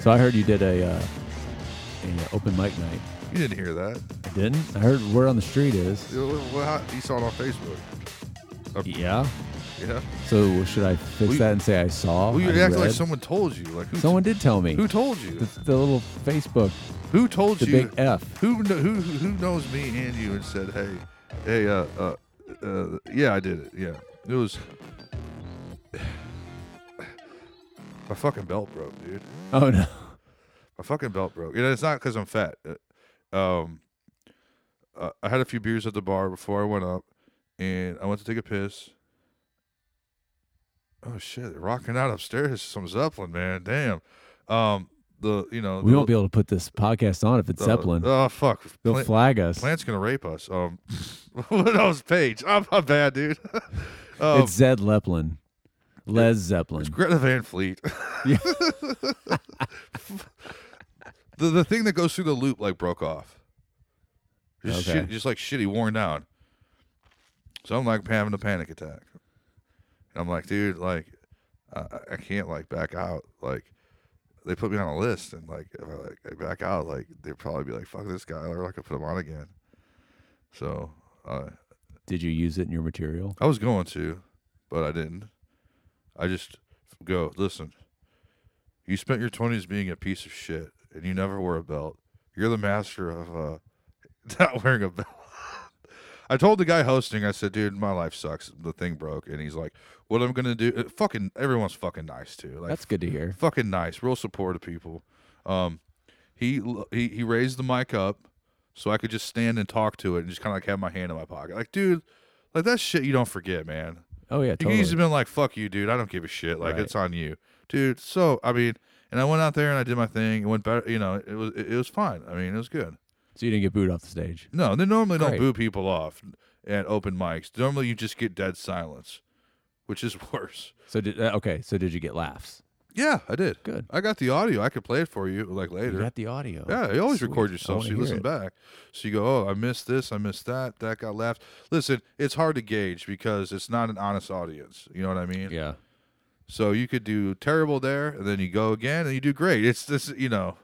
So I heard you did a, uh, a uh, open mic night. You didn't hear that. I didn't. I heard where on the street is. You well, how- you saw it on Facebook. Yeah. Yeah. So should I fix Well, you- that and say I saw? Well, you Oh, I act like read? someone told you. Like who? Someone did tell me. who told you? the, the little Facebook, who told the you? big F. who kn- who who knows me and you and said, hey, hey, uh, uh, uh, yeah, I did it. Yeah, it was. My fucking belt broke, dude. Oh no. My fucking belt broke. You know, it's not because I'm fat. Uh, Um, uh, I had a few beers at the bar before I went up, and I went to take a piss. Oh shit! They're rocking out upstairs. Some Zeppelin, man. Damn. Um, the you know We the- won't be able to put this podcast on if it's the- Zeppelin. Oh fuck! They'll Plant- flag us. Plant's gonna rape us. Um, what else, Paige? I'm, I'm bad, dude. um, it's Zed Leplin. Les Zeppelin. It's Greta Van Fleet. Yeah. the the thing that goes through the loop like broke off. Just Okay. shit, just like shitty worn down. So I'm like having a panic attack. And I'm like, dude, like I, I- I can't like back out. Like they put me on a list, and like if I like I back out, like they'd probably be like, fuck this guy, or like I put him on again. So uh, Did you use it in your material? I was going to, but I didn't. I just go, listen, you spent your 20s being a piece of shit and you never wore a belt. You're the master of uh, not wearing a belt. I told the guy hosting, I said, dude, my life sucks. The thing broke. And he's like, what I'm going to do, uh, fucking, everyone's fucking nice too. Like, That's good to hear. fucking nice, real supportive people. Um, he he he raised the mic up so I could just stand and talk to it and just kind of like have my hand in my pocket. Like, dude, like that shit you don't forget, man. Oh yeah, You could easily totally. been like, "Fuck you, dude. I don't give a shit. Like Right. it's on you, dude." So I mean, and I went out there and I did my thing. It went better, you know. It was it, it was fine. I mean, it was good. So you didn't get booed off the stage. No, they normally don't Great. boo people off at open mics. Normally, you just get dead silence, which is worse. So did uh, okay. So did you get laughs? Yeah, I did. Good. I got the audio. I could play it for you like later. You got the audio. Yeah, you always Oh, Sweet. record I yourself wanna so you hear listen it. back. So you go, oh, I missed this, I missed that, that got laughed. Listen, it's hard to gauge because it's not an honest audience. You know what I mean? Yeah. So you could do terrible there, and then you go again, and you do great. It's this, you know,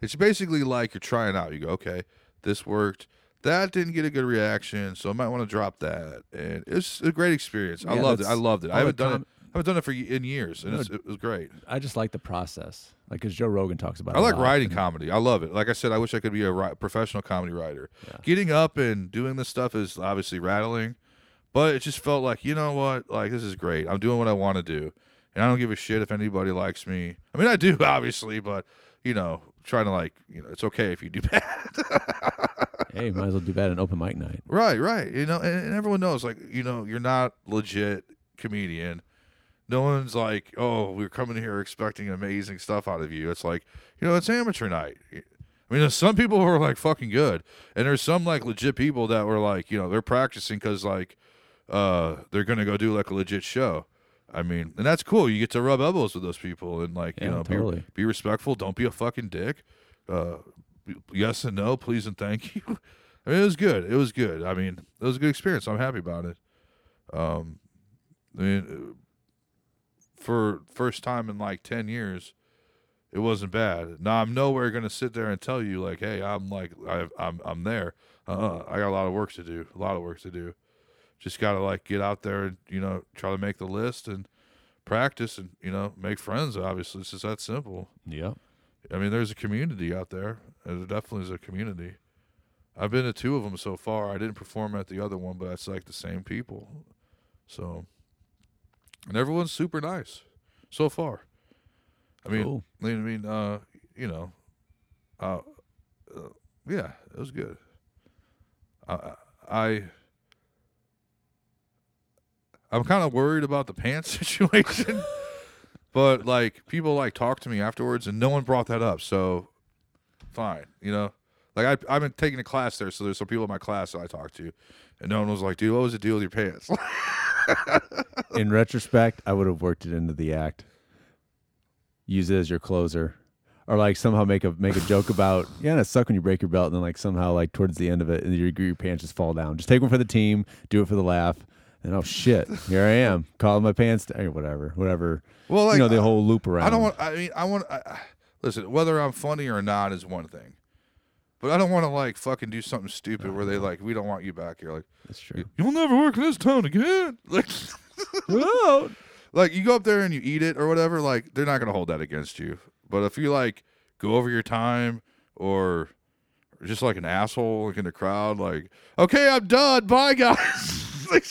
it's basically like you're trying out. You go, okay, this worked. That didn't get a good reaction, so I might want to drop that. And it's a great experience. I Yeah, loved it. I that's- loved it. all I haven't the done com- it. I haven't done it for y- in years, and it's, it was great. I just like the process, like because Joe Rogan talks about. I it a like lot. writing comedy. I love it. Like I said, I wish I could be a ri- professional comedy writer. Getting up and doing this stuff is obviously rattling, but it just felt like, you know what? Like, this is great. I'm doing what I want to do. And I don't give a shit if anybody likes me. I mean, I do, obviously, but, you know, trying to, like, you know, it's okay if you do bad. Hey, might as well do that an open mic night. right, right. You know, and, and everyone knows, like, you know, you're not legit comedian. No one's like, oh, we're coming here expecting amazing stuff out of you. It's like, you know, it's amateur night. I mean, there's some people who are like fucking good, and there's some like legit people that were like, you know, they're practicing because like, uh, they're gonna go do like a legit show. I mean, and that's cool. You get to rub elbows with those people and like, you Yeah, know, be- totally. be, respectful. Don't be a fucking dick. Uh, yes and no, please and thank you. I mean, it was good. It was good. I mean, it was a good experience. I'm happy about it. Um, I mean, uh, for first time in like 10 years it wasn't bad now i'm nowhere gonna sit there and tell you like hey i'm like I, i'm i'm there uh i got a lot of work to do a lot of work to do just gotta like get out there and you know try to make the list and practice and you know make friends obviously it's just that simple Yep. i mean there's a community out there and there definitely is a community i've been to two of them so far i didn't perform at the other one but it's like the same people so and everyone's super nice so far i mean Cool. I mean, uh, you know, uh, uh, yeah, it was good. I, I, I'm kind of worried about the pants situation, but like people like talk to me afterwards, and no one brought that up, so fine, you know. Like I, I've been taking a class there, so there's some people in my class that I talked to, and no one was like, "Dude, what was the deal with your pants?" In retrospect, I would have worked it into the act. Use it as your closer, or like somehow make a make a joke about yeah, and it suck when you break your belt, and then like somehow like towards the end of it, and your your pants just fall down. Just take one for the team, do it for the laugh, and oh shit, here I am calling my pants down, or whatever, whatever. well, like you know the whole loop around. I don't want. I mean, I want. I, I- listen, whether I'm funny or not is one thing, but I don't want to like fucking do something stupid where they like we don't want you back here. Like That's true. you'll never work in this town again. Like, Whoa. like you go up there and you eat it or whatever. Like they're not gonna hold that against you. But if you like go over your time or or just like an asshole like in the crowd, like okay, I'm done. Bye, guys. like,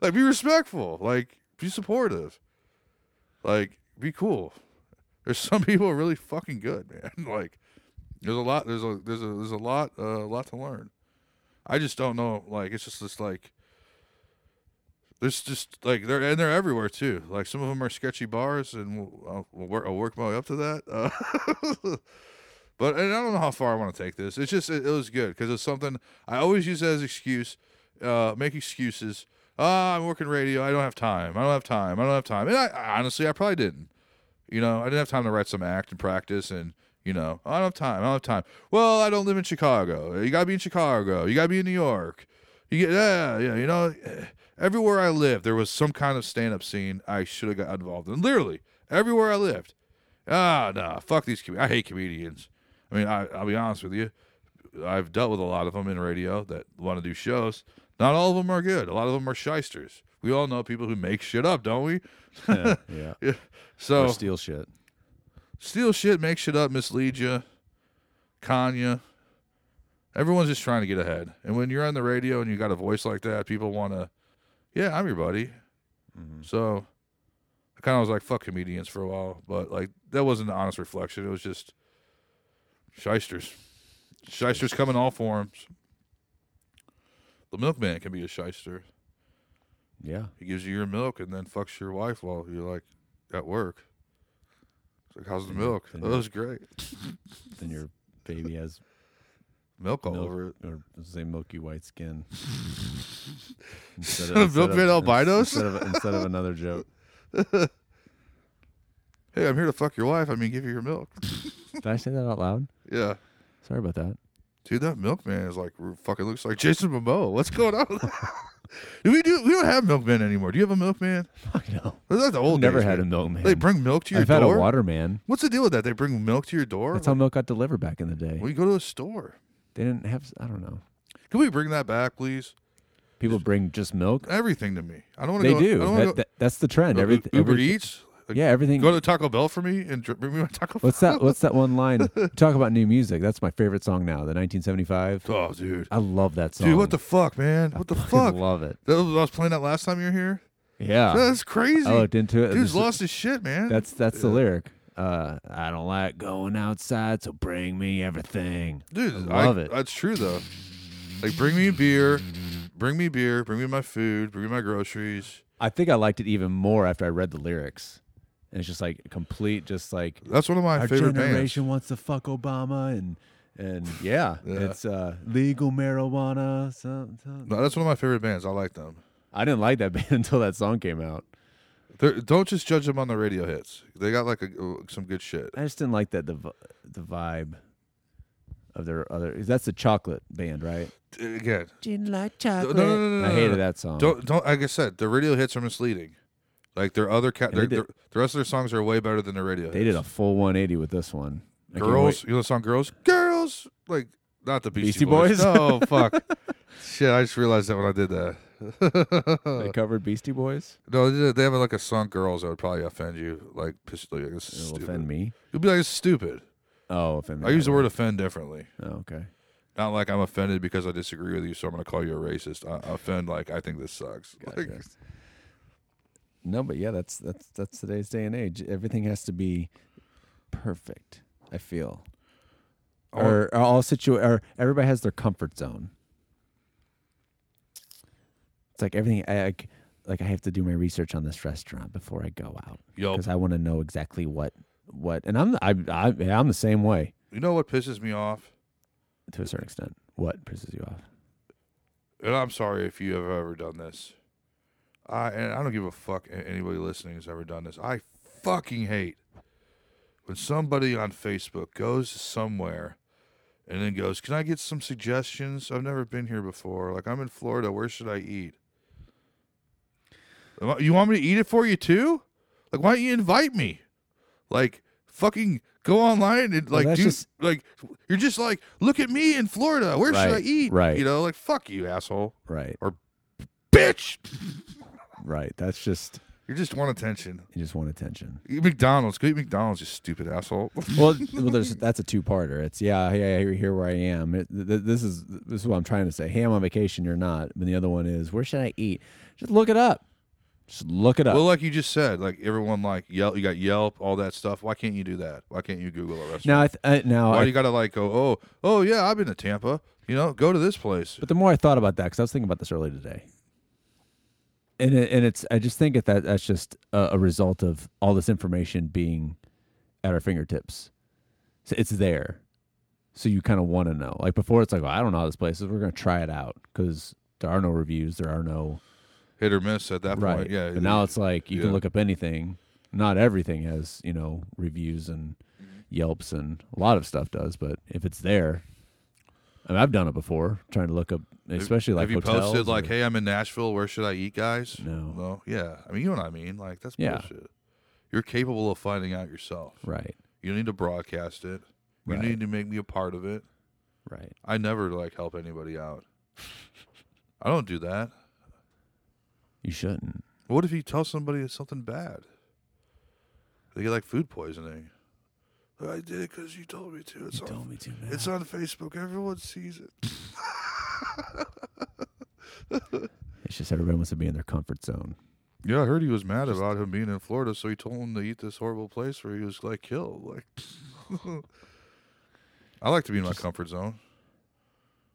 like, be respectful. Like be supportive. Like be cool. There's some people really fucking good, man. Like there's a lot. There's a there's a there's a lot uh, a lot to learn. I just don't know. Like it's just this like there's just like they're and they're everywhere too. Like some of them are sketchy bars, and uh, we'll, I'll, we'll work, I'll work my way up to that. Uh, but and I don't know how far I want to take this. It's just it, it was good because it's something I always use as excuse. Uh, make excuses. Ah, I'm working radio. I don't have time. I don't have time. I don't have time. And I, I honestly, I probably didn't. You know, I didn't have time to write some act and practice and. You know, I don't have time. I don't have time. Well, I don't live in Chicago. You gotta be in Chicago. You gotta be in New York. You get, yeah, yeah. You know, eh, everywhere I lived, there was some kind of stand up scene I should have got involved in. Literally, everywhere I lived. Ah, nah, fuck these. Com- I hate comedians. I mean, I, I'll be honest with you. I've dealt with a lot of them in radio that want to do shows. Not all of them are good. A lot of them are shysters. We all know people who make shit up, don't we? yeah. yeah. Yeah. Or So steal shit. steal shit, make shit up, mislead you, con you. Everyone's just trying to get ahead. And when you're on the radio and you got a voice like that, people want to, yeah, I'm your buddy. Mhm. So I kind of was like, fuck comedians for a while. But like, that wasn't an honest reflection. It was just shysters. Shysters come in all forms. The milkman can be a shyster. Yeah. He gives you your milk and then fucks your wife while you're like at work. It's like, how's the Mhm. milk? And Oh, that was great. Then your baby has Milk all milk, over it. or say milky white skin. Instead of milkman albinos? Instead of, instead of another joke. Hey, I'm here to fuck your wife. I mean, give you your milk. Did I say that out loud? Yeah. Sorry about that. Dude, that milkman is like fucking looks like Jason Momoa. What's going on? do we do? We don't have milkman anymore. Do you have a milkman? Fuck no. That's not the old. Never days, had a man. milkman. They bring milk to your I've door. had a waterman. What's the deal with that? They bring milk to your door. That's how milk got delivered back in the day. we go to a store. They didn't have. I don't know. Can we bring that back, please? People bring just milk. Everything to me. I don't want to. They go, do. I don't wanna That, go, that, that's the trend. U- Every, Uber every- Eats. Like, Yeah, everything. Go to Taco Bell for me and dr- bring me my Taco. Bell. What's that? What's that one line? Talk about new music. That's my favorite song now. The 1975. Oh, dude. I love that song. Dude, what the fuck, man? What the I fuck? Love it. That was, I was playing that last time you were here. Yeah. That's crazy. I looked into it. Dude's This- lost his shit, man. That's that's the lyric. Uh, I don't like going outside, so bring me everything. dude. I love it. That's true though. Like, bring me beer, bring me beer, bring me my food, bring me my groceries. I think I liked it even more after I read the lyrics, and it's just like complete, just like That's one of my our favorite generation wants to fuck Obama and and yeah, Yeah. it's uh, legal marijuana. Something, something. bands. No, that's one of my favorite bands. I like them. I didn't like that band until that song came out. They're, don't just judge them on the radio hits. They got like a, uh, some good shit. I just didn't like that the vi- the vibe of their other. That's the Chocolate Band, right? Again, Didn't like no, no, chocolate. no, no, no, I no, no. hated that song. Don't don't. Like I said, the radio hits are misleading. Like their other cat, And they their, did- their, the rest of their songs are way better than the radio. They did a hits. full 180 with this one. I can't wait. girls. You know the song "Girls"? Girls, like not the Beastie Beastie, Boys? Oh fuck, shit! I just realized that when I did that. They covered Beastie Boys. No, they- they have like a song "Girls" that would probably offend you. Like, piss, like this is It'll stupid. offend me. You'll be like, "It's stupid." Oh, offend me. I use that the word "offend" differently. way. Oh, okay. Not like I'm offended because I disagree with you, so I'm gonna call you a racist. I I offend like I think this sucks. Like, Gotcha. No, but yeah, that's that's that's today's day and age. Everything has to be perfect. I feel. I want- or, or all situ or everybody has their comfort zone. It's like everything I, I like I have to do my research on this restaurant before I go out Yup. because I want to know exactly what what and I'm I, I I'm the same way You know what pisses me off? to a certain extent. What pisses you off? And I'm sorry if you have ever done this. I and I don't give a fuck a- anybody listening has ever done this. I fucking hate when somebody on Facebook goes somewhere and then goes, "Can I get some suggestions? I've never been here before. Like I'm in Florida. Where should I eat? Am I- You want me to eat it for you too? Like why don't you invite me? Like fucking go online and like that's do just- like you're just like look at me in Florida. Where should I Right, eat? right. You know, like fuck you, asshole, Right. bitch. Right. That's just You just want attention. you just want attention. Eat McDonald's. Go eat McDonald's. You stupid asshole. Well, well, there's that's a two-parter. It's yeah, yeah, here, here where I am. It, th- th- this is this is what I'm trying to say. Hey, I'm on vacation. You're not. And the other one is where should I eat? Just look it up. Just look it up. well, like you just said, like everyone like Yelp. You got Yelp, all that stuff. Why can't you do that? Why can't you Google a restaurant? now, I th- I, now, Why I do you gotta like go? Oh, oh yeah, I've been to Tampa. You know, go to this place. But the more I thought about that, because I was thinking about this earlier today, and it, and it's I just think that, that that's just a, a result of all this information being at our fingertips. So it's there, so you kind of want to know. Like before, it's like well, I don't know how this place is. We're gonna try it out because there are no reviews, there are no Hit or miss at that right. point. Yeah. and now it's like you yeah. can look up anything. Not everything has you know reviews and Mm-hmm. Yelps and a lot of stuff does, but if it's there. I mean, I've done it before, trying to look up, especially like have you hotels posted like, or- "Hey, I'm in Nashville. Where should I eat, guys?" No. No. Yeah. I mean, you know what I mean. Like that's Yeah. bullshit. You're capable of finding out yourself. Right. You need to broadcast it. You Right. need to make me a part of it. Right. I never like help anybody out. I don't do that. You shouldn't. What if you tell somebody it's something bad? They get like food poisoning. I did it because you told me to. It's on, me to, it's on Facebook. Everyone sees it. It's just everybody wants to be in their comfort zone. Yeah, I heard he was mad about him being in Florida, so he told him to eat this horrible place where he was like killed. Like, I like to be in my comfort zone.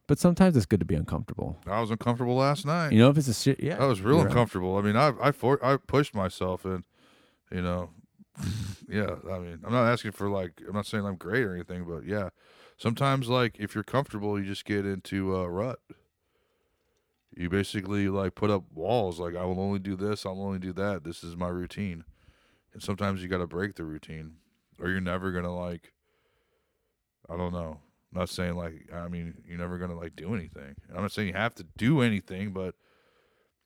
But sometimes it's good to be uncomfortable. I was uncomfortable last night. You know, if it's a shit, yeah. I was real you're right. uncomfortable. I mean, I I for, I pushed myself, and you know, yeah. I mean, I'm not asking for like I'm not saying I'm great or anything, but yeah, sometimes like if you're comfortable, you just get into a rut. You basically like put up walls. Like I will only do this. I'll only do that. This is my routine, and sometimes you got to break the routine, or you're never gonna like. I don't know. I'm not saying like I mean you're never gonna like do anything. And I'm not saying you have to do anything, but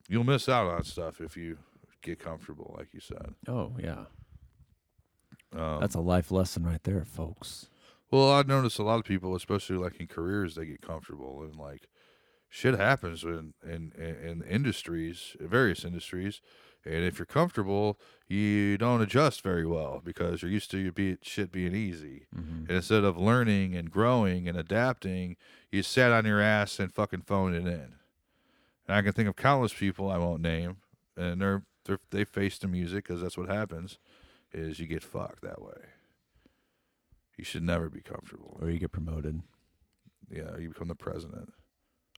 you'll miss out on stuff if you get comfortable, like you said. Oh yeah, Um, that's a life lesson right there, folks. well, I noticed a lot of people, especially like in careers, they get comfortable and like shit happens in in in industries, various industries, and if you're comfortable, you don't adjust very well because you're used to your be shit being easy. Mm-hmm. And instead of learning and growing and adapting, you sat on your ass and fucking phoned it in. And I can think of countless people I won't name, and they're, they're they face the music because that's what happens, is you get fucked that way. You should never be comfortable. Or you get promoted. Yeah, you become the president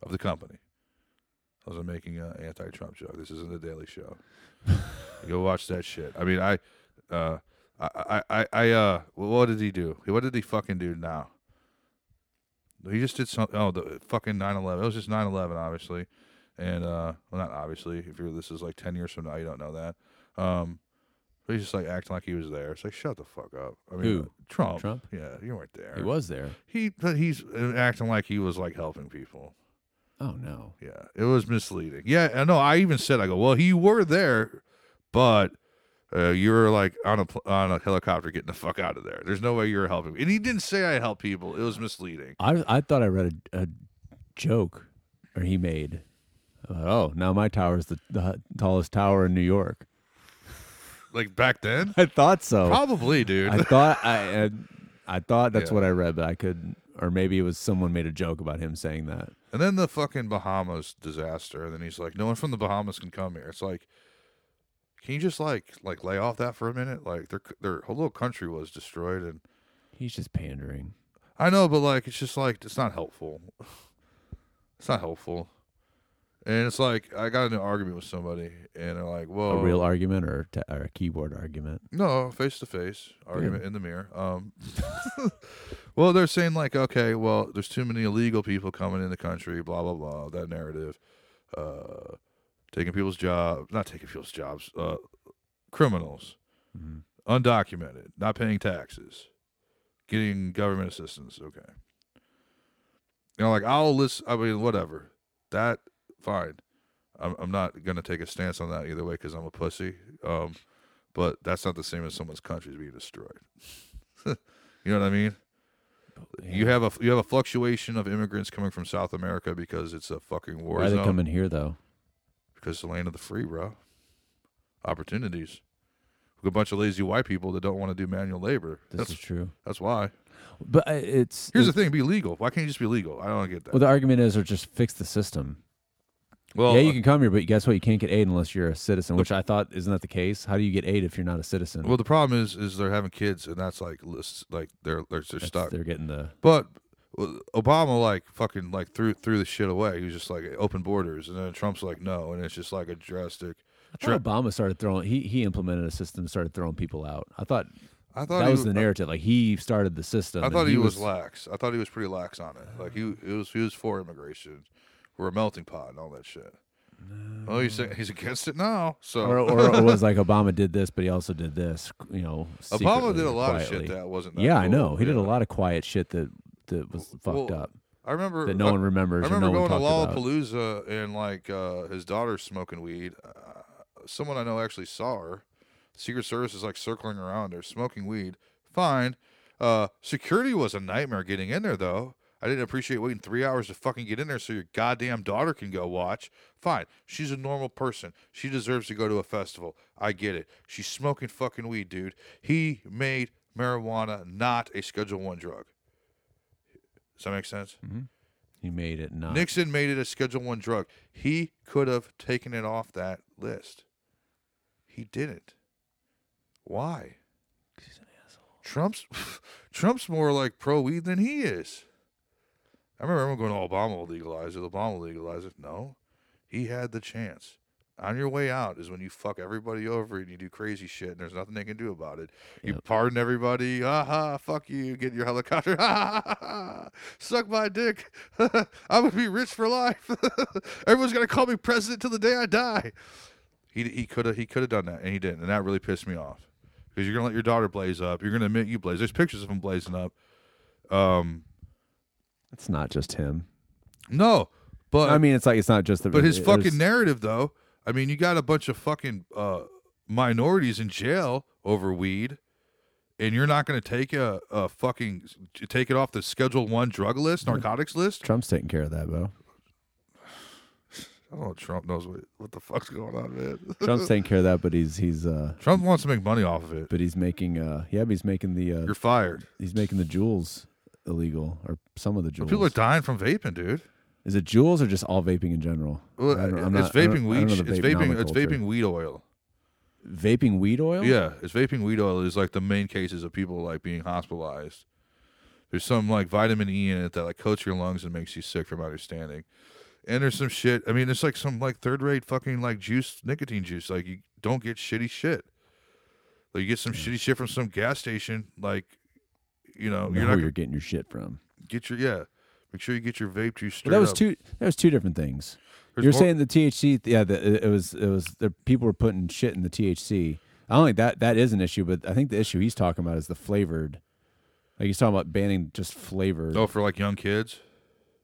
of the company. I was making an anti-Trump joke. This isn't the Daily Show. Go watch that shit. I mean, I, uh, I, I, I, I, uh, wh- what did he do? What did he fucking do now? He just did something. Oh, the fucking 9/11. It was just 9/11, obviously, and uh, well, not obviously. If you're this is like 10 years from now, you don't know that. Um, but he's just like acting like he was there. It's like shut the fuck up. I mean, uh, Who? Trump. Trump? Yeah, you weren't there. He was there. He but he's uh, acting like he was like helping people. Oh no. Yeah, it was misleading. Yeah, I know. I even said, I go, well, you were there, but uh, you were like on a pl- on a helicopter getting the fuck out of there. There's no way you were helping. And he didn't say I help people. It was misleading. I I thought I read a, a joke, or he made. about, oh, now my tower is the, the hu- tallest tower in New York. Like back then, I thought so. probably, dude. Oh. I thought I, I I thought that's Yeah. what I read, but I could, or maybe it was someone made a joke about him saying that. and then the fucking Bahamas disaster. And then he's like, no one from the Bahamas can come here. It's like, can you just like like lay off that for a minute? Like their their whole little country was destroyed, and He's just pandering. I know, but like it's just like it's not helpful. It's not helpful. And it's like I got into an argument with somebody and they're like, Whoa a real argument or, t- or a keyboard argument. No, face to face argument in the mirror. Um Well, they're saying like, okay, well, there's too many illegal people coming in the country, blah blah blah, that narrative. Uh taking people's jobs not taking people's jobs, uh criminals, Mhm. undocumented, not paying taxes, getting government assistance, okay. you know, like I'll list. I mean, whatever. That fine. I'm I'm not gonna take a stance on that either way because I'm a pussy. Um, but that's not the same as someone's country's being destroyed. you know what I mean? You have a you have a fluctuation of immigrants coming from South America because it's a fucking war Why are they zone. coming here though? Because it's the land of the free, bro. Opportunities. With a bunch of lazy white people that don't want to do manual labor. This that's is true. that's why. But uh, it's Here's it- the thing: be legal. Why can't you just be legal? I don't get that. well, the argument is, or just fix the system. Well, uh, yeah, you can come here, but guess what? You can't get aid unless you're a citizen, which I thought isn't that the case? How do you get aid if you're not a citizen? well, the problem is is they're having kids, and that's like lists, like they're they're, they're That's- stuck. They're getting the But well, Obama like fucking like threw threw the shit away. He was just like open borders, and then Trump's like no, and it's just like a drastic. I thought Obama started throwing. He he implemented a system, and started throwing people out. I thought, I thought that he was w- the narrative. Like he started the system. I and thought he, was, lax. I thought he was pretty lax on it. Like he it was he was for immigration. We're a melting pot and all that shit. Oh, he's he's against it now. So or, or it was like Obama did this, but he also did this. You know, Obama secretly did a or lot of quietly. shit that wasn't. That Yeah, I cool. know. He did a Yeah. lot of quiet shit that that was fucked well, up I remember that no I- one remembers. I remember or no going one talked to about. Lollapalooza and like uh, his daughter smoking weed. Uh, someone I know actually saw her. Secret Service is like circling around her, smoking weed. Fine. Uh, security was a nightmare getting in there though. I didn't appreciate waiting three hours to fucking get in there so your goddamn daughter can go watch. Fine. She's a normal person. She deserves to go to a festival. I get it. She's smoking fucking weed, dude. He made marijuana not a Schedule One drug. Does that make sense? He made it not. Nixon made it a Schedule One drug. He could have taken it off that list. He didn't. Why? Trump's Trump's more like pro weed than he is. I remember everyone going, "Oh, Obama will legalize it. Obama will legalize it." No, he had the chance. On your way out is when you fuck everybody over and you do crazy shit, and there's nothing they can do about it. You Yep. pardon everybody. Aha, fuck you. Get in your helicopter. Ha, ha, ha, ha. Suck my dick. I'm going to be rich for life. Everyone's going to call me president till the day I die. He he could have he could have done that, and he didn't, and that really pissed me off. Because you're gonna let your daughter blaze up. You're gonna admit you blaze. There's pictures of him blazing up. Um, It's not just him. no, but I mean, it's like it's not just the. but his it- fucking it's- narrative, though. I mean, you got a bunch of fucking uh, minorities in jail over weed, and you're not going to take a, a fucking take it off the Schedule One drug list, narcotics list. Trump's taking care of that, though. I don't know. Trump knows what what the fuck's going on, man. Trump's taking care of that, but he's he's uh, Trump wants to make money off of it. but he's making uh, yeah, but he's making the uh, You're fired. he's making the jewels illegal or some of the jewels. People are dying from vaping, dude. Is it jewels or just all vaping in general? Well, I don't- I'm it's not- I don't- vaping I don't weed. know sh- the It's vaping. It's vape-nomenclature. vaping weed oil. Vaping weed oil? Yeah, it's vaping weed oil is like the main cases of people like being hospitalized. There's some like vitamin E in it that like coats your lungs and makes you sick from my understanding. And there's some shit. I mean, it's like some like third rate fucking like juice, nicotine juice. Like you don't get shitty shit. Like you get Hmm. some shitty shit from some gas station. Like, you know, Know you're where not you're gonna getting your shit from. get your yeah. Make sure you get your vape juice straight. But that was up. two. That was two different things. There's You're more- saying the THC. Yeah, the, it- it was. It was. The people were putting shit in the THC. I don't think that that is an issue, but I think the issue he's talking about is the flavored. Like he's talking about banning just flavor. oh for like young kids.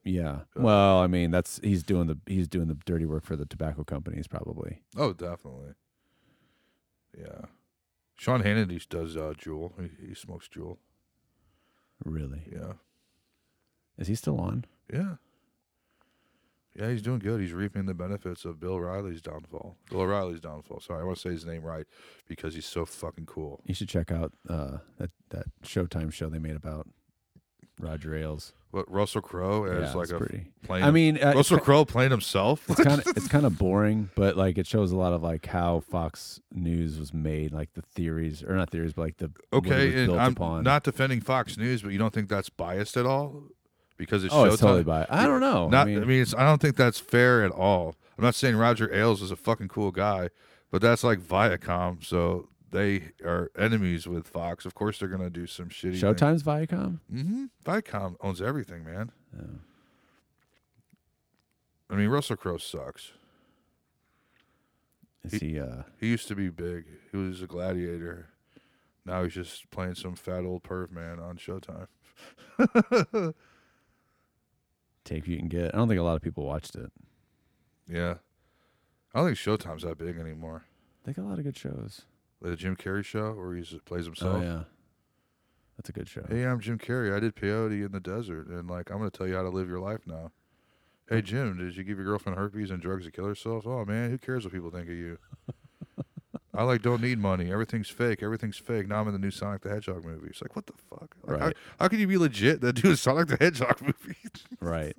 Yeah. Uh, Well, I mean, that's he's doing the he's doing the dirty work for the tobacco companies probably. Oh, definitely. Yeah, Sean Hannity does uh, Juul. He, he smokes Juul. Really? Yeah. Is he still on? Yeah. Yeah, he's doing good. He's reaping the benefits of Bill Riley's downfall. Bill O'Reilly's downfall. Sorry, I want to say his name right because he's so fucking cool. You should check out uh, that that Showtime show they made about Roger Ailes. What Russell Crowe as yeah, like it's a pretty. playing. I mean, uh, Russell Crowe playing himself. it's kind of it's kind of boring, but like it shows a lot of like how Fox News was made, like the theories or not theories, but like the what it was okay, and built I'm upon. not defending Fox News, but you don't think that's biased at all because it's oh, Showtime. it's totally by. I don't know. Not, Oh, I mean, it's, I don't think that's fair at all. I'm not saying Roger Ailes is a fucking cool guy, but that's like Viacom, so they are enemies with Fox. Of course, they're gonna do some shitty. thing. Showtime's Viacom. Mm-hmm. Viacom owns everything, man. Yeah. I mean, Russell Crowe sucks. Is he? Uh, He used to be big. He was a gladiator. Now he's just playing some fat old perv man on Showtime. take what you can get. I don't think a lot of people watched it. I Yeah, I don't think Showtime's that big anymore. think a lot of good shows. Like the Jim Carrey show, where he plays himself. Oh yeah, That's a good show. Hey, I'm Jim Carrey. I did peyote in the desert, and like I'm gonna tell you how to live your life now. Hey Jim, did you give your girlfriend herpes and drugs to kill herself? Oh man, who cares what people think of you? I like don't need money. Everything's fake. Everything's fake. Now I'm in the new Sonic the Hedgehog movie. It's like what the fuck? Like, Right. how, how can you be legit that do a Sonic the Hedgehog movie? Right.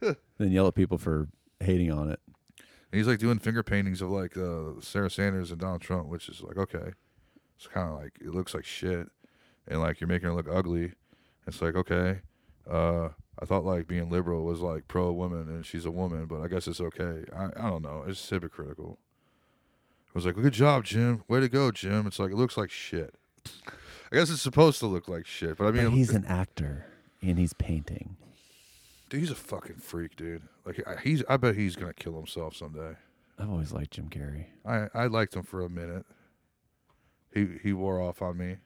then yell at people for hating on it. And he's like doing finger paintings of like uh, Sarah Sanders and Donald Trump, which is like okay, it's kind of like it looks like shit, and like you're making her look ugly. It's like okay, uh, I thought like being liberal was like pro woman, and she's a woman, but I guess it's okay. I, I don't know, it's hypocritical. I was like, good job, Jim. Way to go, Jim. It's like it looks like shit. I guess it's supposed to look like shit, but I mean, But he's an actor and he's painting. dude, he's a fucking freak, dude. Like I- he's, I bet he's gonna kill himself someday. I've always liked Jim Carrey. I I liked him for a minute. He he wore off on me.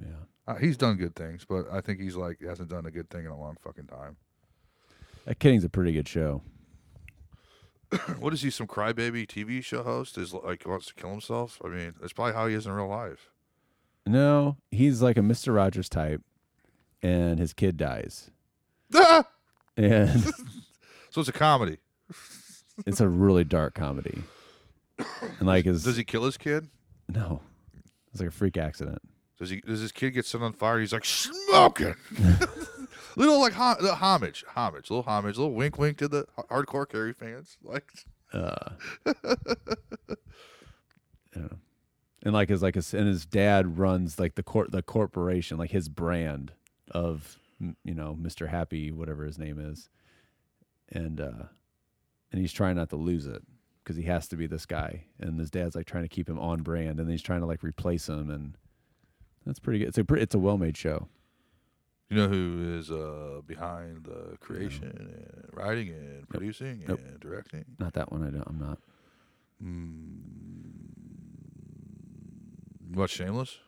Yeah. Uh, he's done good things, but I think he's like hasn't done a good thing in a long fucking time. That Uh, Kidding's a pretty good show. what is he? Some crybaby TV show host is like wants to kill himself. I mean, that's probably how he is in real life. No, he's like a Mr. Rogers type and his kid dies. Ah! And So it's a comedy. it's a really dark comedy. And like his Does he kill his kid? No. It's like a freak accident. Does he? Does his kid get set on fire? He's like smoking. little like ho- the homage, homage, little homage, little wink, wink to the h- hardcore Carrie fans. Like Uh, I don't know. And like his like his and his dad runs like the court the corporation like his brand of m- you know Mr. Happy whatever his name is, and uh, and he's trying not to lose it because he has to be this guy. And his dad's like trying to keep him on brand, and he's trying to like replace him. And that's pretty good. It's a pre- it's a well made show. You know who is uh, behind the creation and writing and producing Nope. and directing? Not that one. I don't. I'm not. Mm. You watch Shameless?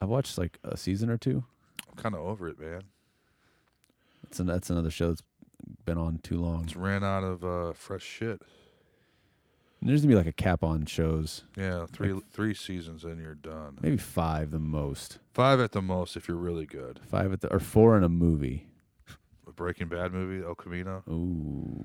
I've watched like a season or two. I'm kind of over it, man. That's an, that's another show that's been on too long. It's ran out of uh, fresh shit. And There's gonna be like a cap on shows, Yeah, three three seasons and you're done. maybe five the most, Five at the most if you're really good. five at the or four in a movie. A Breaking Bad movie, El Camino. Ooh,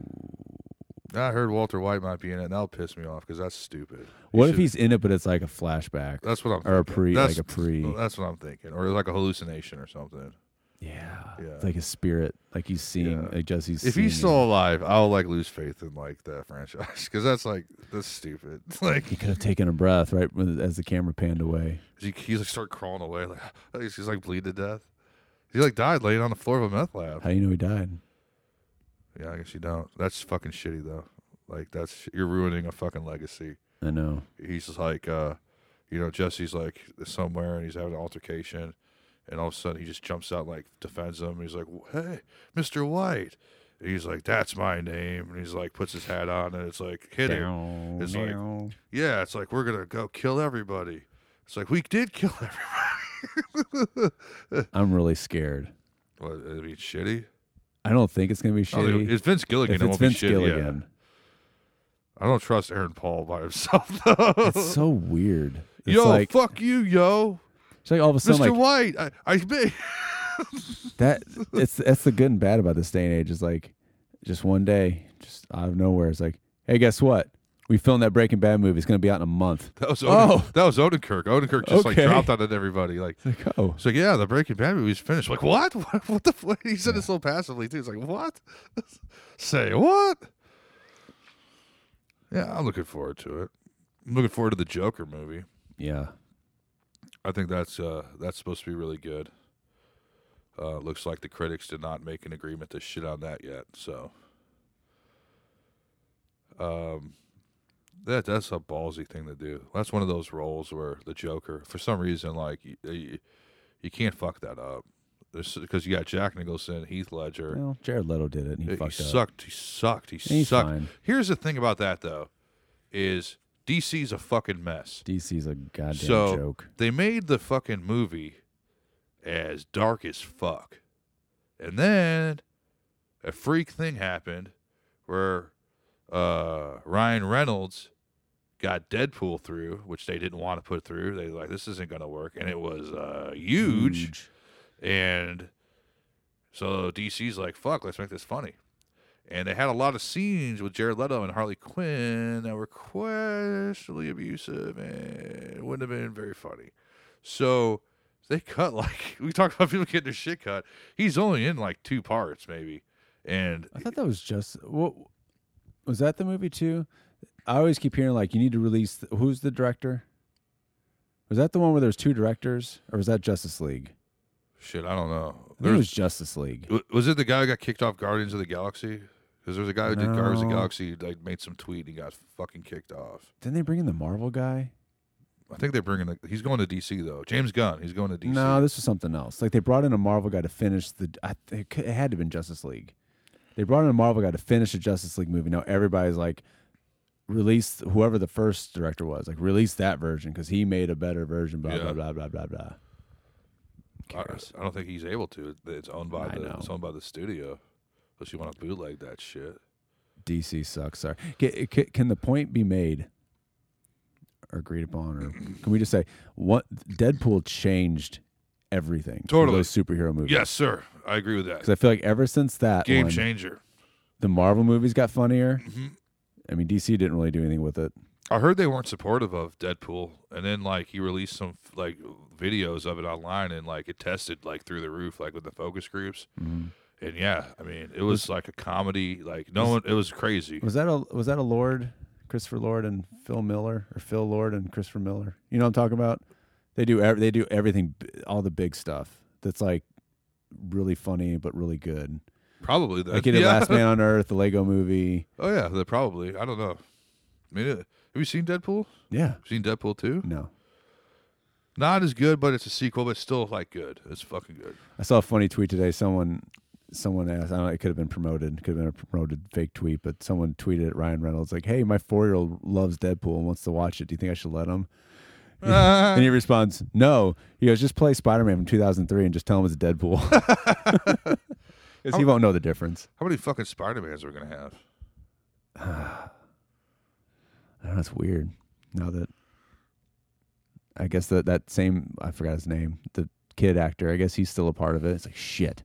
I heard Walter White might be in it, and that'll piss me off because that's stupid. He what if should- Uh, he's in it, but it's like a flashback That's what I'm. or a thinking. pre, That's- like a pre? That's what I'm thinking, or like a hallucination or something. yeah, Yeah. It's like a spirit, like he's seeing, Yeah. like Jesse's. if seeing he's still alive, I'll like lose faith in like that franchise because that's like that's stupid. Like it. he could have taken a breath right when, as the camera panned away. he, he's like start crawling away, like he's, he's like bleed to death. He like died laying on the floor of a meth lab. How do you know he died? Yeah, I guess you don't. That's fucking shitty though. Like that's sh- you're ruining a fucking legacy. I know. He's just like, uh, you know, Jesse's like somewhere and he's having an altercation, and all of a sudden he just jumps out like defends him. he's like, hey, Mister White. And he's like, that's my name. And he's like, puts his hat on, and it's like, hit him. Down, It's like- down. yeah, it's like we're gonna go kill everybody. It's like we did kill everybody. I'm really scared. well, it'd be shitty. I don't think it's gonna be I don't think- shitty. Oh, It's Vince Gilligan. if it it's won't Vince be shitty. yeah. Gilligan, I don't trust Aaron Paul by himself though. it's so weird. It's yo, like, fuck you, yo, it's like all of a Mr. sudden, like White. I, I admit- that it's that's the good and bad about this day and age is like just one day just out of nowhere it's like hey guess what we filmed that breaking bad movie it's going to be out in a month that was Oden, Oh. that was Odenkirk. Odenkirk just Okay. like dropped on it everybody. Like, like oh it's like yeah, the Breaking Bad movie's finished. Like what? What, what the? Fuck? He said it so passively too. It's like what? Say what? Yeah, I'm looking forward to it. I'm looking forward to the Joker movie. yeah I think that's uh that's supposed to be really good. Uh, looks like the critics did not make an agreement to shit on that yet. So, um, that that's a ballsy thing to do. That's one of those roles where the Joker, for some reason, like you, you, you can't fuck that up because you got Jack Nicholson, Heath Ledger. well jared leto did it and he He, fucked up sucked. He sucked. He And he's sucked. fine. Here's the thing about that though, is DC's a fucking mess dc's a goddamn So- joke they made the fucking movie as dark as fuck. And then a freak thing happened where uh, Ryan Reynolds got Deadpool through, which they didn't want to put through. They were like this isn't going to work, and it was uh, huge. And so DC's like, fuck, let's make this funny. And they had a lot of scenes with Jared Leto and Harley Quinn that were questionably abusive and wouldn't have been very funny. So they cut like we talked about people getting their shit cut. He's only in like two parts maybe, and I thought that was just what was that the movie too? I always keep hearing like you need to release th- who's the director? Was that the one where there's two directors, or was that Justice League? shit, I don't I know. think it was There's Justice League. w- was it the guy who got kicked off Guardians of the Galaxy? Because there was a guy who did Guardians of the No. Galaxy like made some tweet and he got fucking kicked off. Didn't they bring in the Marvel guy? I think they're bringing. The, he's going to DC though. James Gunn. He's going to DC. No, this was something else. Like they brought in a Marvel guy to finish the. I think it cou- it had to have been Justice League. They brought in a Marvel guy to finish the Justice League movie. Now everybody's like, release whoever the first director was. Like release that version because he made a better version. Blah Yeah. blah blah blah blah blah. I, I don't think he's able to. It- It's owned by I the. know. It's owned by the studio. Unless you want to bootleg that shit. DC sucks. Sorry. Can, can, the point be made or agreed upon, or can we just say what Deadpool changed everything? for Totally. those superhero movies. Yes, sir. I agree with that. because I feel like ever since that Game one, changer. the Marvel movies got funnier. Mhm. I mean, DC didn't really do anything with it. I heard they weren't supportive of Deadpool, and then like he released some like videos of it online, and like it tested like through the roof, like with the focus groups. Mm-hmm. And yeah, I mean, it was like a comedy. Like no one. It was crazy. Was that a was that a Lord, Christopher Lord and Phil Miller, or Phil Lord and Christopher Miller? You know what I'm talking about? They do ev- they do everything, b- all the big stuff that's like really funny but really good. Probably that. Like he did Uh, yeah. Last Man on Earth, the Lego Movie. Oh yeah, that probably. I don't know. I mean, it, have you seen Deadpool? Yeah. Seen Deadpool two? No. Not as good, but it's a sequel, but still like good. It's fucking good. I saw a funny tweet today. Someone someone asked, I don't know, it could have been promoted, could have been a promoted fake tweet, but someone tweeted at Ryan Reynolds like, "Hey, my 4-year-old loves Deadpool and wants to watch it. Do you think I should let him?" And he responds, "No." He goes, "Just play Spider-Man from 2003 and just tell him it's Deadpool." Cuz he won't know the difference. How many fucking Spider Mans are we gonna have? I don't know, it's weird. Now that I guess that that same I forgot his name, the kid actor, I guess he's still a part of it. It's like shit.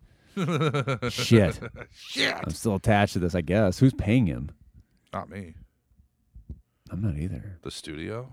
shit. Shit, I'm still attached to this, I guess. Who's paying him? not me. I'm not either. The studio.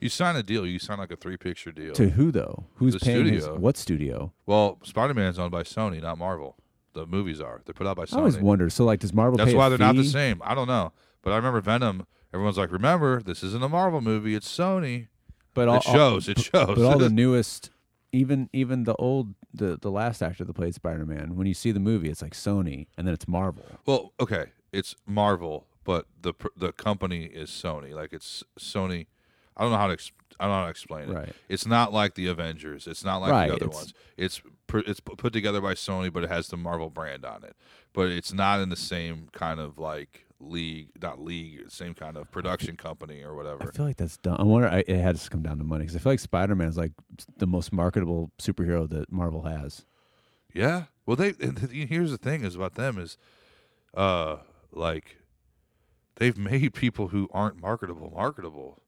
You sign a deal. You sign like a three picture deal. To who though? Who's The paying his- studio. what studio? Well, Spider Man's owned by Sony, not Marvel. The movies are. They're put out by I always Sony. wonder. So like, does Marvel? That's pay a why they're not the fee? same. I don't know, but I remember Venom. Everyone's like, remember, this isn't a Marvel movie. It's Sony. But all, it shows. It shows. But all the newest, even even the old, the the last actor that played Spider Man. When you see the movie, it's like Sony, and then it's Marvel. Well, okay, it's Marvel, but the pr- the company is Sony. Like it's Sony. I don't know how to ex- I don't know how to explain it. Right. It's not like the Avengers. It's not like Right, the other it's- ones. It's pr- it's pu- put together by Sony, but it has the Marvel brand on it. But it's not in the same kind of like league, not league, same kind of production company or I whatever. feel like that's dumb. I wonder. I, it had to come down to money because I feel like Spider Man is like the most marketable superhero that Marvel has. Yeah. Well, they and th- here's the thing is about them is, uh, like, they've made people who aren't marketable marketable.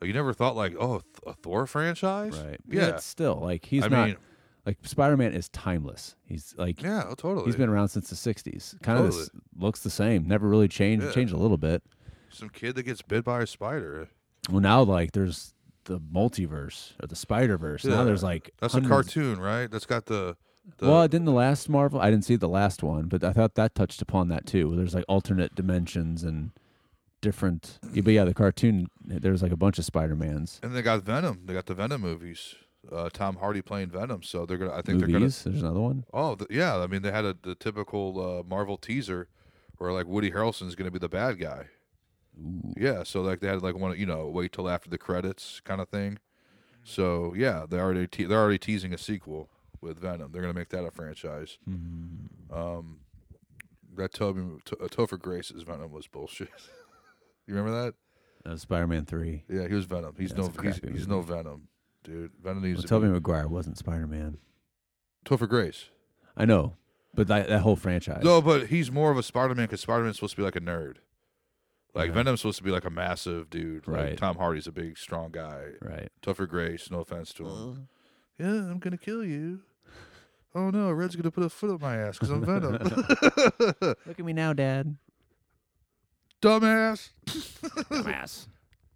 Like you never thought like, oh, th- a Thor franchise, Yeah. Yeah. It's still like he's I not mean, like Spider Man is timeless. He's like yeah, oh, totally. He's been around since the '60s. Kind of Totally. looks the same. Never really changed. Yeah. Changed a little bit. some kid that gets bit by a spider. Well, now like there's the multiverse or the Spider Verse. Yeah. Now there's like That's a hundreds- cartoon, right? That's got the, the Well, didn't the last Marvel? I didn't see the last one, but I thought that touched upon that too. Where there's like alternate dimensions and different. yeah, But yeah, the cartoon there's like a bunch of Spider Mans and they got Venom. They got the Venom movies. Uh, Tom Hardy playing Venom, so they're gonna. I think they're gonna. movies. There's another one. Oh, th yeah. I mean, they had a, the typical uh, Marvel teaser where like Woody Harrelson's going to be the bad guy. Yeah, so like they had like one, you know, wait till after the credits kind of thing. Mm-hmm. So yeah, they already te- they're already teasing a sequel with Venom. They're going to make that a franchise. Mm-hmm. Um, that Toby to- uh, Topher Grace's Venom was bullshit. you remember Uh, Spider Man Three. that? Yeah, he was Venom. He's Yeah, no it's a he's, crappy he's no Venom, dude. Venom needs Well, to Tobey be- Maguire wasn't Spider Man. Topher Grace. I know, but that, that whole franchise. No, but he's more of a Spider-Man because Spider-Man's supposed to be like a nerd. Like Yeah. Venom's supposed to be like a massive dude. Like, Right. Tom Hardy's a big, strong guy. Right. Tougher grace. No offense to Uh-huh. him. yeah, I'm gonna kill you. Oh no, Red's gonna put a foot up my ass because I'm Venom. Look at me now, Dad. Dumbass. Dumbass.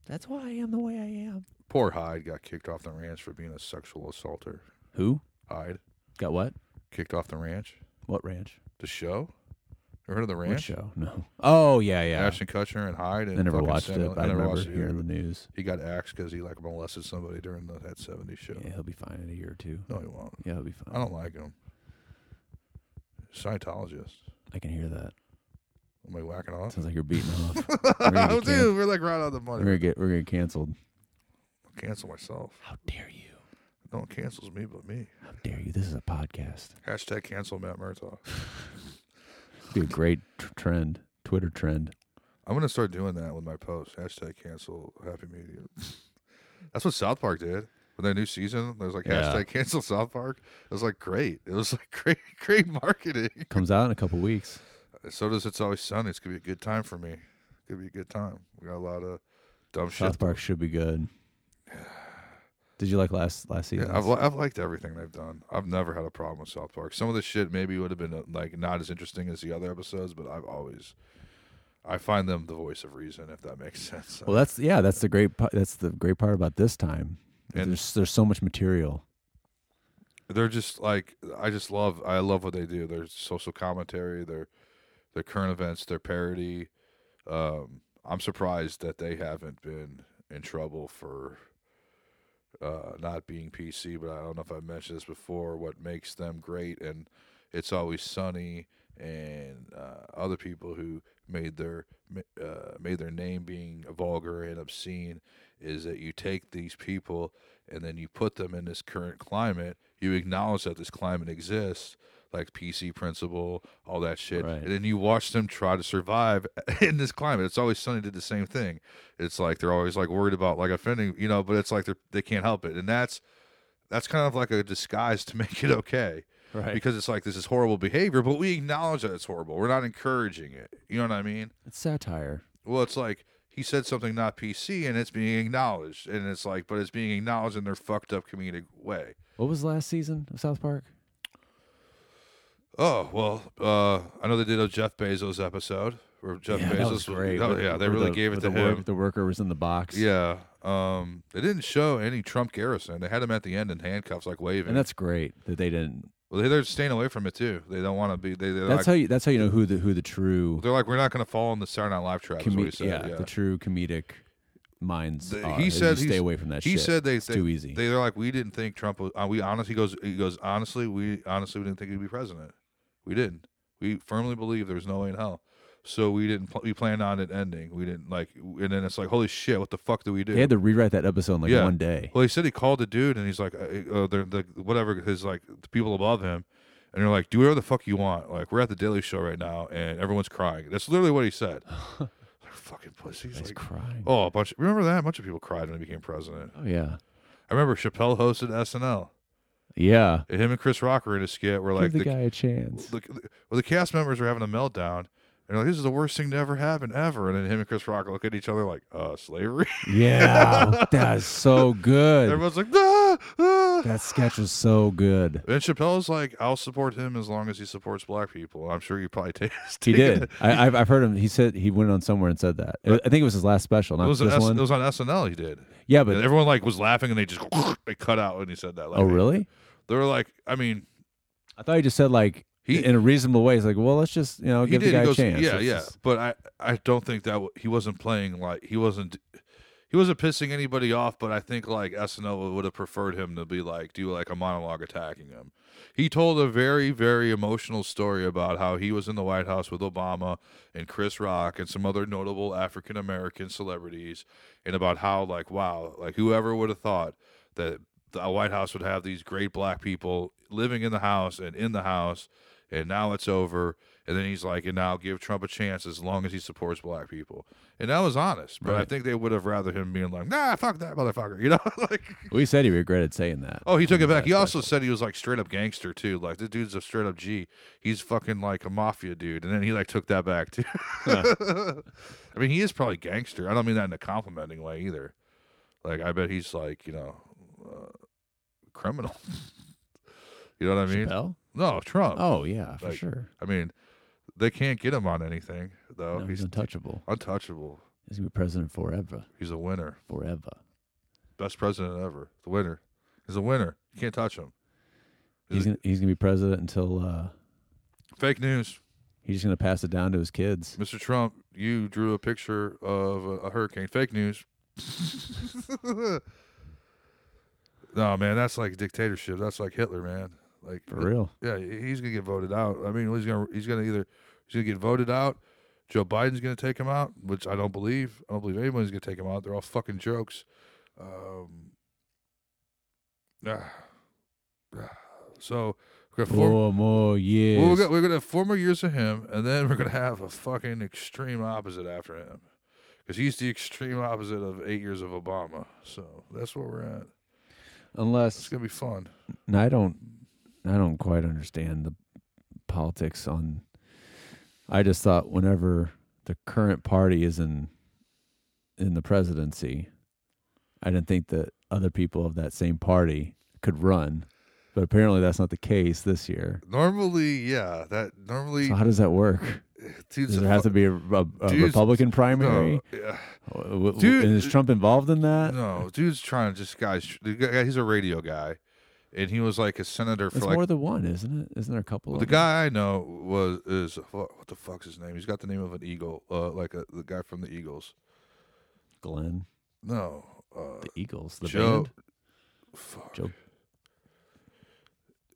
That's why I am the way I am. Poor Hyde got kicked off the ranch for being a sexual assaulter. Who? Hyde Got what? kicked off the ranch. What ranch? The show. You heard of the What ranch? show? No. Oh yeah, yeah. Ashton Kutcher and Hyde. And I never fucking watched Sam- it. But I, never remember watched it hearing either. the news. He got axed because he like molested somebody during the that '70s show. Yeah, he'll be fine in a year or two. No, he won't. Yeah, he'll be I fine. don't like him. Scientologist. I can hear that. Am I whacking off? Sounds like you're beating off. We're gonna, Oh, get can- dude, we're like right on the we're money. gonna get we're gonna get canceled. Cancel myself. How dare you? No one cancels me but me. How dare you? This is a podcast. Hashtag cancel Matt Murtaugh. Be a great tr- trend, Twitter trend. I'm gonna start doing that with my posts. Hashtag cancel Happy Media. That's what South Park did with their new season. There's like Yeah. hashtag cancel South Park. It was like great. It was like great, great marketing. Comes out in a couple weeks. So does It's Always Sunny. It's gonna be a good time for me. Could be a good time. We got a lot of dumb South shit. Park should be good. Did you like last last season? Yeah, I've, li- I've liked everything they've done. I've never had a problem with South Park. Some of the shit maybe would have been uh, like not as interesting as the other episodes, but I've always, I find them the voice of reason, if that makes sense. well, that's yeah. That's the great. pa- That's the great part about this time. is And- there's there's so much material. they're just like I just love I love what they do. Their social commentary, their their current events, their parody. Um, I'm surprised that they haven't been in trouble for uh, not being PC. But I don't know if I mentioned this before. What makes them great and it's always sunny and uh, other people who made their ma- uh, made their name being vulgar and obscene is that you take these people and then you put them in this current climate. You acknowledge that this climate exists, like PC principle, all that shit, Right. and then you watch them try to survive in this climate. It's always Sunny did the same thing. It's like they're always like worried about like offending, you know, but it's like they they can't help it, and that's that's kind of like a disguise to make it okay Right. because it's like this is horrible behavior, but we acknowledge that it's horrible. We're not encouraging it. You know what I mean? It's satire. Well, it's like he said something not PC and it's being acknowledged. And it's like, but it's being acknowledged in their fucked up comedic way. What was last season of South Park? Oh, well, uh, I know they did a Jeff Bezos episode where Jeff Bezos oh, yeah, they Where really the- gave where it to the work- him. the worker was in the box. yeah. Um, they didn't show any Trump Garrison. They had him at the end in handcuffs, like waving. and that's great that they didn't. well, they- they're staying away from it too. They don't want to be. They, they're That's like, how you. That's how you know who the who the true they're like, we're not going to fall in the Saturday Night Live trap. is what he comedic. said. Yeah, the true comedic minds. The- are, he is you said stay he's- away from that. he shit. said they it's they- too easy. They, they're like, we didn't think Trump was. Uh, we honestly he goes. He goes. Honestly, we honestly we didn't think he'd be president. We didn't. We firmly believe there was no way in hell. So we didn't. Pl- we planned on it ending. We didn't like. And then it's like, holy shit, what the fuck do we do? They had to rewrite that episode in like Yeah. one day. Well, he said he called the dude, and he's like, uh, uh, they're, the whatever his like the people above him, and they're like, do whatever the fuck you want. Like we're at the Daily Show right now, and everyone's crying. That's literally what he said. Like, fucking pussies. He's Like, crying. oh, a bunch. remember that? A bunch of people cried when he became president. Oh yeah, I remember Chappelle hosted SNL. yeah. And him and Chris Rock were in a skit where Give like the, the, guy a chance. the, well, the cast members are having a meltdown. And they're like, this is the worst thing to ever happen ever. And then him and Chris Rock look at each other like, uh, slavery. yeah, that's so good. Everyone's like, ah, ah. That sketch was so good. And Chappelle's like, I'll support him as long as he supports black people. I'm sure he probably takes. He did. I, I've I've heard him. He said he went on somewhere and said that. I think it was his last special, It not was, this on S- it one. was on SNL. He did. yeah, But but everyone like was laughing and they just they cut out when he said that. Like, oh they- really? They were like, I mean, I thought he just said like He- in a reasonable way. He's like, well, let's just you know he give did. the guy he a goes, chance. Yeah, Let's yeah. just- But I, I don't think that w- he wasn't playing like he wasn't. He wasn't pissing anybody off, but I think like SNL would have preferred him to be like do like a monologue attacking him. He told a very very emotional story about how he was in the White House with Obama and Chris Rock and some other notable African American celebrities, and about how like wow like whoever would have thought that the White House would have these great black people living in the house and in the house and now it's over. And then he's like, and now give Trump a chance as long as he supports black people. And that was honest, but I Right. think they would have rather him being like, nah, fuck that motherfucker, you know, like. We said he regretted saying that. Oh, he took it back. He Yeah, also said he was like straight up gangster too. Like this dude's a straight up G. He's fucking like a mafia dude, and then he like took that back too. I mean, he is probably gangster. I don't mean that in a complimenting way either. Like I bet he's like you know, uh, criminal. you know what I mean? Chappelle? No, Trump. Oh yeah, for Like, sure. I mean, they can't get him on anything though. No, he's oh, he's untouchable. untouchable. He's gonna be president forever, He's a winner. forever. Best president ever. The winner. He's a winner. You can't touch him. Is He's it- gonna, he's gonna be president until uh, Fake news. he's just gonna pass it down to his kids. Mr. Trump, you drew a picture of a, a hurricane. Fake news. no, man, that's like dictatorship. That's like Hitler, man. Like For real. Yeah, he- he's gonna get voted out. I mean, he's gonna he's gonna either he's gonna get voted out. Joe Biden's gonna take him out, which I don't believe. I don't believe anyone's gonna take him out. They're all fucking jokes. Um, ah, ah. so we're gonna form- Four more years. well, we're, gonna, we're gonna have four more years of him, and then we're gonna have a fucking extreme opposite after him, because he's the extreme opposite of eight years of Obama. So that's where we're at. It's Unless gonna be fun. and I don't, I don't quite understand the politics on. I just thought whenever the current party is in, in the presidency, I didn't think that other people of that same party could run, but apparently that's not the case this year. Normally, yeah, that normally So how does that work? dude's Does a there have fu- to be a, a- a Dude's- Republican primary? no, yeah, W- w- w- Dude, and is Trump involved in that? no, dude's trying to just guys. The guy, he's a radio guy, and he was like a senator for It's like more than one, isn't it? Isn't there a couple? the of them? guy I know was is what, what the fuck's his name? He's got the name of an eagle, uh, like a, the guy from the Eagles. Glenn, No, uh, the Eagles, the Joe. band. Fuck. Joe-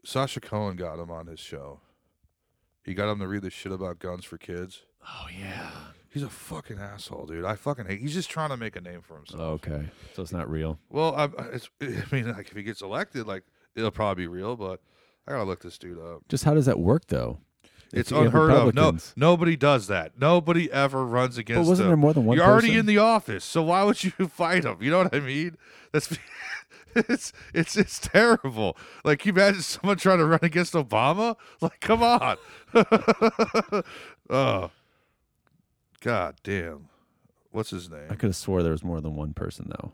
Sasha Cohen got him on his show. He got him to read the shit about guns for kids. Oh yeah. He's a fucking asshole, dude. I fucking hate. He's just trying to make a name for himself. Oh, Okay, so it's not real. Well, I, I- it's, I mean, like if he gets elected, like it'll probably be real. But I gotta look this dude up. Just how does that work though? If It's you have unheard of. No, Republicans- nobody does that. Nobody ever runs against. but wasn't them. there more than one? You're already person? in the office, so why would you fight him? You know what I mean? That's it's it's it's terrible. Like, can you imagine someone trying to run against Obama? Like, come on. oh, god damn. What's his I name? could have swore there was more than one person though.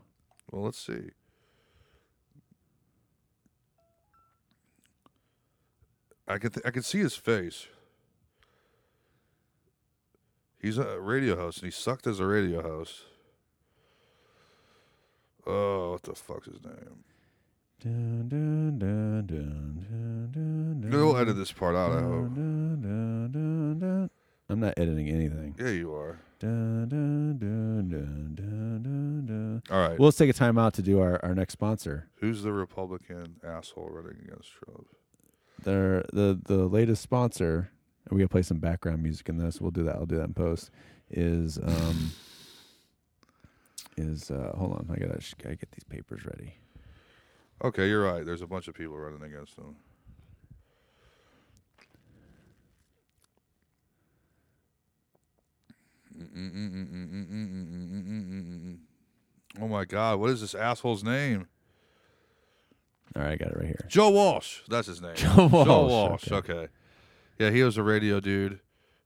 Well, let's see. I could th- I could see his face. He's a radio host, and he sucked as a radio host. Oh, what the fuck's his name? Dun, dun, dun, dun, dun, dun, dun, We'll edit this part out. I hope. dun, dun, dun, dun, dun. I'm not editing anything. Yeah, you are. Dun, dun, dun, dun, dun, dun, dun. All right. Well, let's take a time out to do our, our next sponsor. Who's the Republican asshole running against Trump? Their the the latest sponsor. and We gonna play some background music in this. We'll do that. I'll do that in post. Is um is uh hold on. I gotta just gotta get these papers ready. Okay, you're right. There's a bunch of people running against him. Oh my God! What is this asshole's name? All right, I got it right here. Joe Walsh. That's his name. Joe Walsh, Walsh, okay. Okay. Yeah, he was a radio dude.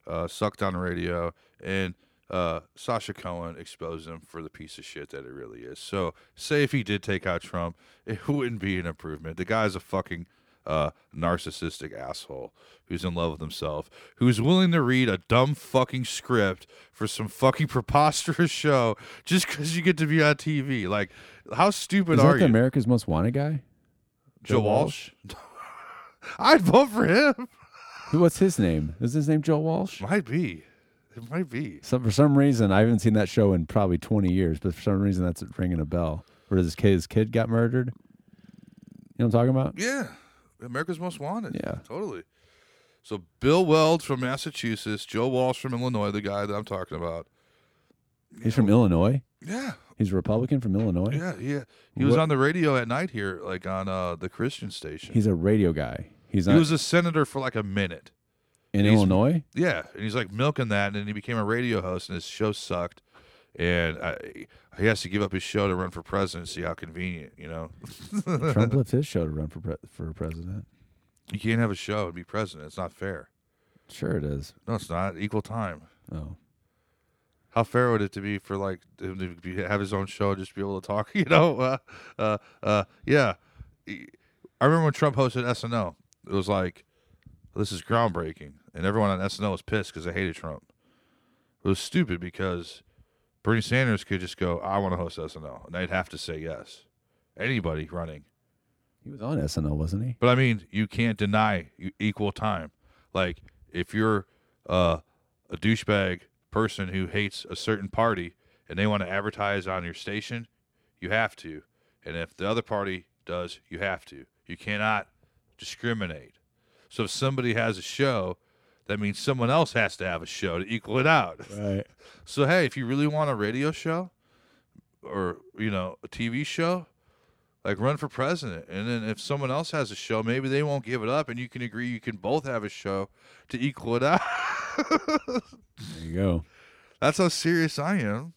Uh, sucked on radio, and uh, Sasha Cohen exposed him for the piece of shit that it really is. So, say if he did take out Trump, it wouldn't be an improvement. The guy's a fucking uh, narcissistic asshole who's in love with himself, who's willing to read a dumb fucking script for some fucking preposterous show just because you get to be on TV. Like, how stupid Is are that the you? America's Most Wanted guy? Joe, Joe Walsh. I'd vote for him. Who? What's his name? Is his name Joe Walsh? Might be. It might be. Some, for some reason, I haven't seen that show in probably twenty years, but for some reason, that's ringing a bell. Where his kid, his kid got murdered. You know what I'm talking about? Yeah. America's Most Wanted. Yeah. Totally. So Bill Weld from Massachusetts, Joe Walsh from Illinois, the guy that I'm talking about. He's from Illinois. Yeah. He's a Republican from Illinois. Yeah. Yeah. He was What- on the radio at night here, like on uh, the Christian station. He's a radio guy. He's he not. was a senator for like a minute. in He's- Illinois. Yeah, and he's like milking that, and then he became a radio host, and his show sucked, and I, he has to give up his show to run for presidency. How convenient, you know? Trump left his show to run for pre- for president. You can't have a show and be president. It's not fair. Sure, it is. No, it's not equal time. Oh, How fair would it to be for like him to be, have his own show, and just be able to talk? You know, uh, uh, uh, yeah. E, I remember when Trump hosted SNL. It was like, this is groundbreaking, and everyone on SNL was pissed because they hated Trump. It was stupid because Bernie Sanders could just go, "I want to host SNL," and they'd have to say yes. Anybody running. he was on SNL, wasn't he? But I mean, you can't deny e- equal time. Like, if you're uh, a douchebag person who hates a certain party and they want to advertise on your station, you have to. And if the other party does, you have to. You cannot discriminate. So if somebody has a show, that means someone else has to have a show to equal it out. Right. So hey, if you really want a radio show or you know a TV show, like run for president, and then if someone else has a show, maybe they won't give it up, and you can agree you can both have a show to equal it out. There you go. That's how serious I am.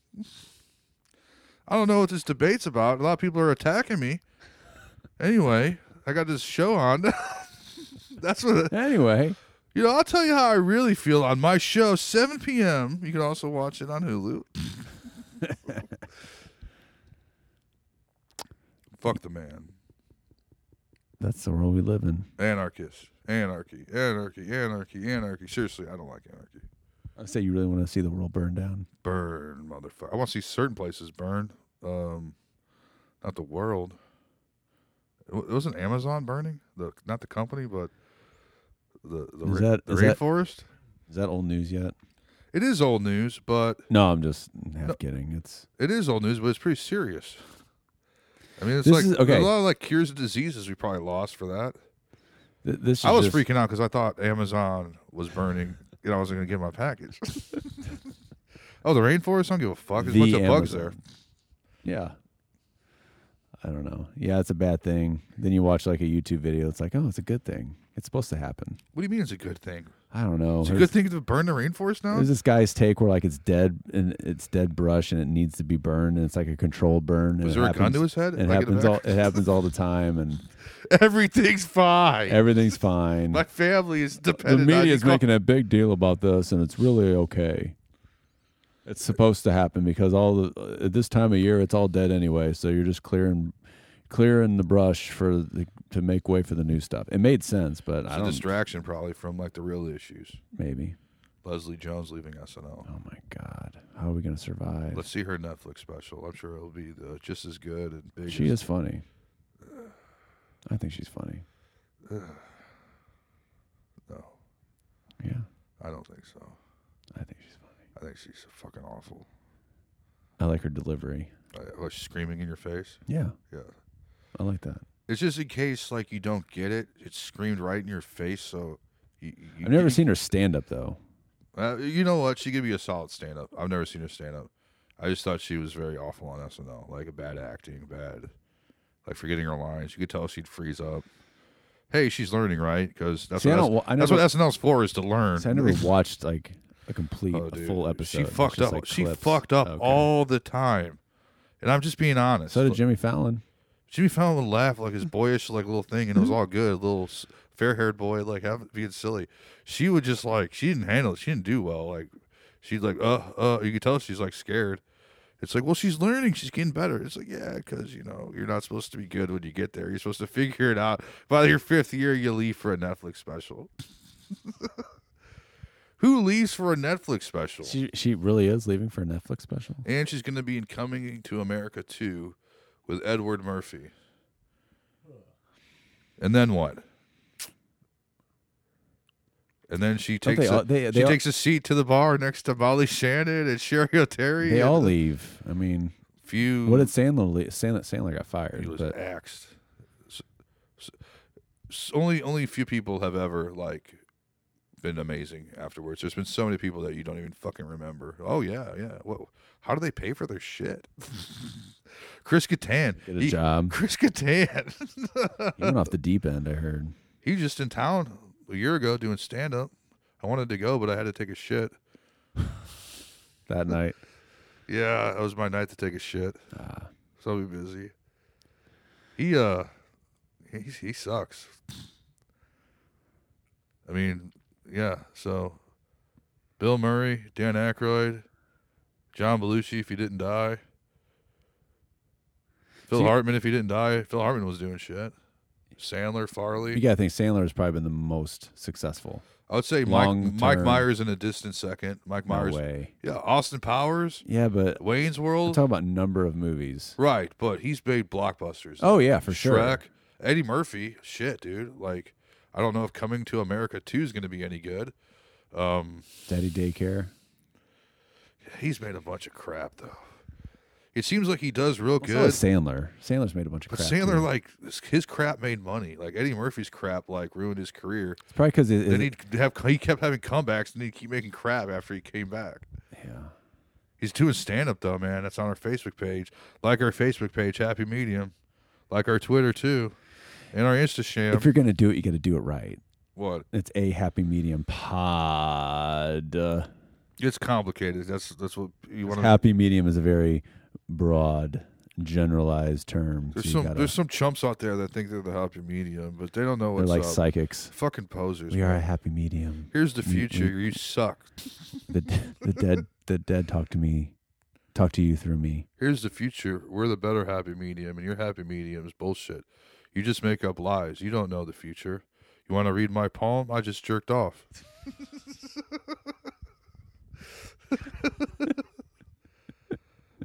I don't know what this debate's about. A lot of people are attacking me. Anyway, I got this show on. That's what Anyway, you know. I'll tell you how I really feel on my show, 7 p.m. You can also watch it on Hulu. Fuck the man, that's the world we live in. anarchist, anarchy, anarchy, anarchy, anarchy. Seriously, I don't like anarchy. I say you really want to see the world burn down. burn, motherfucker. I want to see certain places burn. Um, not the world. It wa- wasn't Amazon burning the not the company, but the the, Is ra- that- the is that- rainforest. Is that old news yet? It is old news, but No, I'm just half No. kidding. It's it is old news, but it's pretty serious. I mean, it's This like is- okay. a lot of like cures of diseases we probably lost for that. th- this. Is I was just- freaking out because I thought Amazon was burning. You know, I wasn't gonna get my package. oh, the rainforest. I don't give a fuck. There's a the bunch of bugs there. Amazon. Yeah. I don't know. Yeah, it's a bad thing. Then you watch like a YouTube video. It's like, oh, it's a good thing. It's supposed to happen. What do you mean it's a good thing? I don't know. It's a There's- good thing to burn the rainforest now. There's this guy's take where like it's dead and it's dead brush and it needs to be burned and it's like a controlled burn. and Was it there a happens, gun to his head? It Like in the happens all. It happens all the time and Everything's fine. everything's fine. My family is the dependent. on you. media is making a big deal about this and it's really okay. It's supposed to happen because all the at this time of year it's all dead anyway. So you're just clearing clearing the brush for the, to make way for the new stuff. It made sense, but It's I a don't distraction probably from like the real issues. maybe. Leslie Jones leaving SNL. Oh my god, how are we gonna survive? Let's see her Netflix special. I'm sure it'll be the, just as good and big. She as- is funny. I think she's funny. No, Yeah, I don't think so. I think she's funny. I think she's fucking awful. I like her delivery. Uh, oh, she's screaming in your face. Yeah, Yeah. I like that. It's just in case like you don't get it. It's screamed right in your face. So you, you, I've never you- seen her stand up though. Uh, you know what? She could be a solid stand up. I've never seen her stand up. I just thought she was very awful on SNL. Like bad acting, bad, like forgetting her lines. You could tell she'd freeze up. Hey, she's learning, right? Because that's See, I what don't S- wa- I that's never- what SNL's for is to learn. So I never watched like a complete, Oh, a dude. full episode. She It's fucked just, up. like, she clips. fucked up Okay. all the time, and I'm just being honest. So did Jimmy Fallon. Jimmy Fallon would laugh like his boyish like little thing, and it was all good. Little fair haired boy, like having being silly. She would just like she didn't handle it. She didn't do well. Like she's like uh uh. You could tell she's like scared. It's like well she's learning. She's getting better. It's like yeah, because you know you're not supposed to be good when you get there. You're supposed to figure it out. By your fifth year, you leave for a Netflix special. Who leaves for a Netflix special? She she really is leaving for a Netflix special. And she's going to be in Coming to America 2 with Edward Murphy. And then what? And then she Don't takes they a, all- they- she they all- takes a seat to the bar next to Molly Shannon and Sherry O'Terry. They and all a leave. I mean, few. what did Sandler? le- Sandler, Sandler got He fired, was but axed. S- s- s- only only few people have ever like been amazing afterwards. There's been so many people that you don't even fucking remember. Oh yeah, yeah. What? How do they pay for their shit? Chris Kattan. get a he- job. Chris Kattan. He went off the deep end. I heard. he was just in town a year ago doing stand up. I wanted to go, but I had to take a shit. that night. Ah. Yeah, it was my night to take a shit. So I'll be busy. He uh he he sucks. I mean, yeah, so Bill Murray, Dan Aykroyd, John Belushi if he didn't die. Phil See- Hartman if he didn't die. Phil Hartman was doing shit. Sandler, Farley. You gotta think Sandler has probably been the most successful. I would say Mike long Mike term. Myers in a distant second. Mike No Myers. way. Yeah, Austin Powers, Yeah, but Wayne's I'm World. talking about number of movies. Right, but he's made blockbusters. Oh yeah, for sure. Shrek, Eddie Murphy, shit, dude. Like, I don't know if Coming to America Two is going to be any good. Um, Daddy Daycare. he's made a bunch of crap though. It seems like he does real So good, is Sandler. Sandler's made a bunch of but crap. Sandler too. like his- his crap made money. Like Eddie Murphy's crap like ruined his career. it's probably because it, then it, he'd have he kept having comebacks, and he'd keep making crap after he came back. yeah. He's doing stand up though, man. That's on our Facebook page. Like our Facebook page, Happy Medium. Like our Twitter too, and our If Instagram. you're gonna do it, you gotta do it right. What? It's a happy medium pod. Uh, It's complicated. That's that's what you want to. happy medium is a very broad, generalized term. so There's you some gotta- there's some chumps out there that think they're the happy medium, but they don't know they're what's like up. psychics. Fucking posers. We are a man. happy medium. Here's the we- we- future. You suck. The the dead the dead talk to me, talk to you through me. Here's the future. We're the better happy medium, and your happy medium is bullshit. You just make up lies. You don't know the future. You want to read my poem? I just jerked off.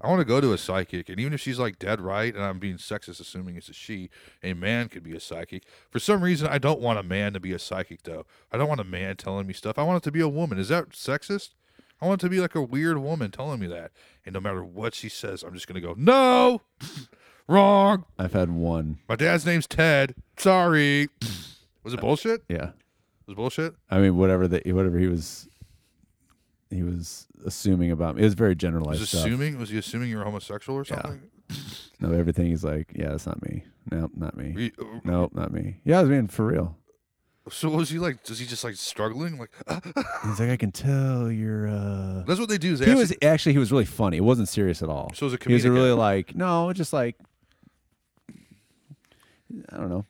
I want to go to a psychic, and even if she's like dead right, and I'm being sexist, assuming it's a she, a man could be a psychic. For some reason, I don't want a man to be a psychic, though. I don't want a man telling me stuff. I want it to be a woman. Is that sexist? I want it to be like a weird woman telling me that. And no matter what she says, I'm just going to go, no, wrong. I've had one. My dad's name's Ted. Sorry. Was it bullshit? Yeah. Was it bullshit? I mean, whatever that whatever he was, he was assuming about me. It was very generalized Was stuff. assuming? Was he assuming you were homosexual or something? no, everything he's like, yeah, that's not me. Nope, not me. Were you- Nope, not me. Yeah, I mean, for real. uh, So was he like? Does he just like struggling? Like He's like, I can tell you're. uh that's what they do. Is they He ask was actually he was really funny. It wasn't serious at all. you- so is a he was comedian. really like no, just like I don't know,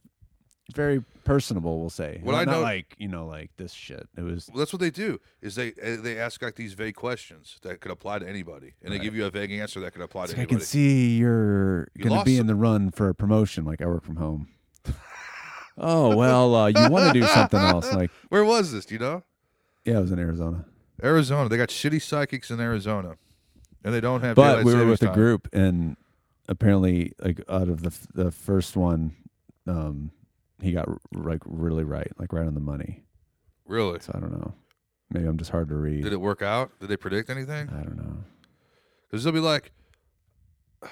very personable. We'll say. What Not- I not know- like you know, like this shit. It was Well, that's what they do. Is they uh, they ask like these vague questions that could apply to anybody, and they give you a vague answer that could apply It's to like, I anybody. can see you're going You to be lost in the run for a promotion. Like I work from home. oh well, uh, you want to do something else? Like Where was this? Do you know? yeah, I was in Arizona, Arizona. They got shitty psychics in Arizona, and they don't have. but daylight we were savings with a time. group, and apparently, like out of the f- the first one, um, he got r- like really right, like right on the money. Really? So I don't know. Maybe I'm just hard to read. Did it work out? Did they predict anything? I don't know. Uh-huh. Because they'll be like,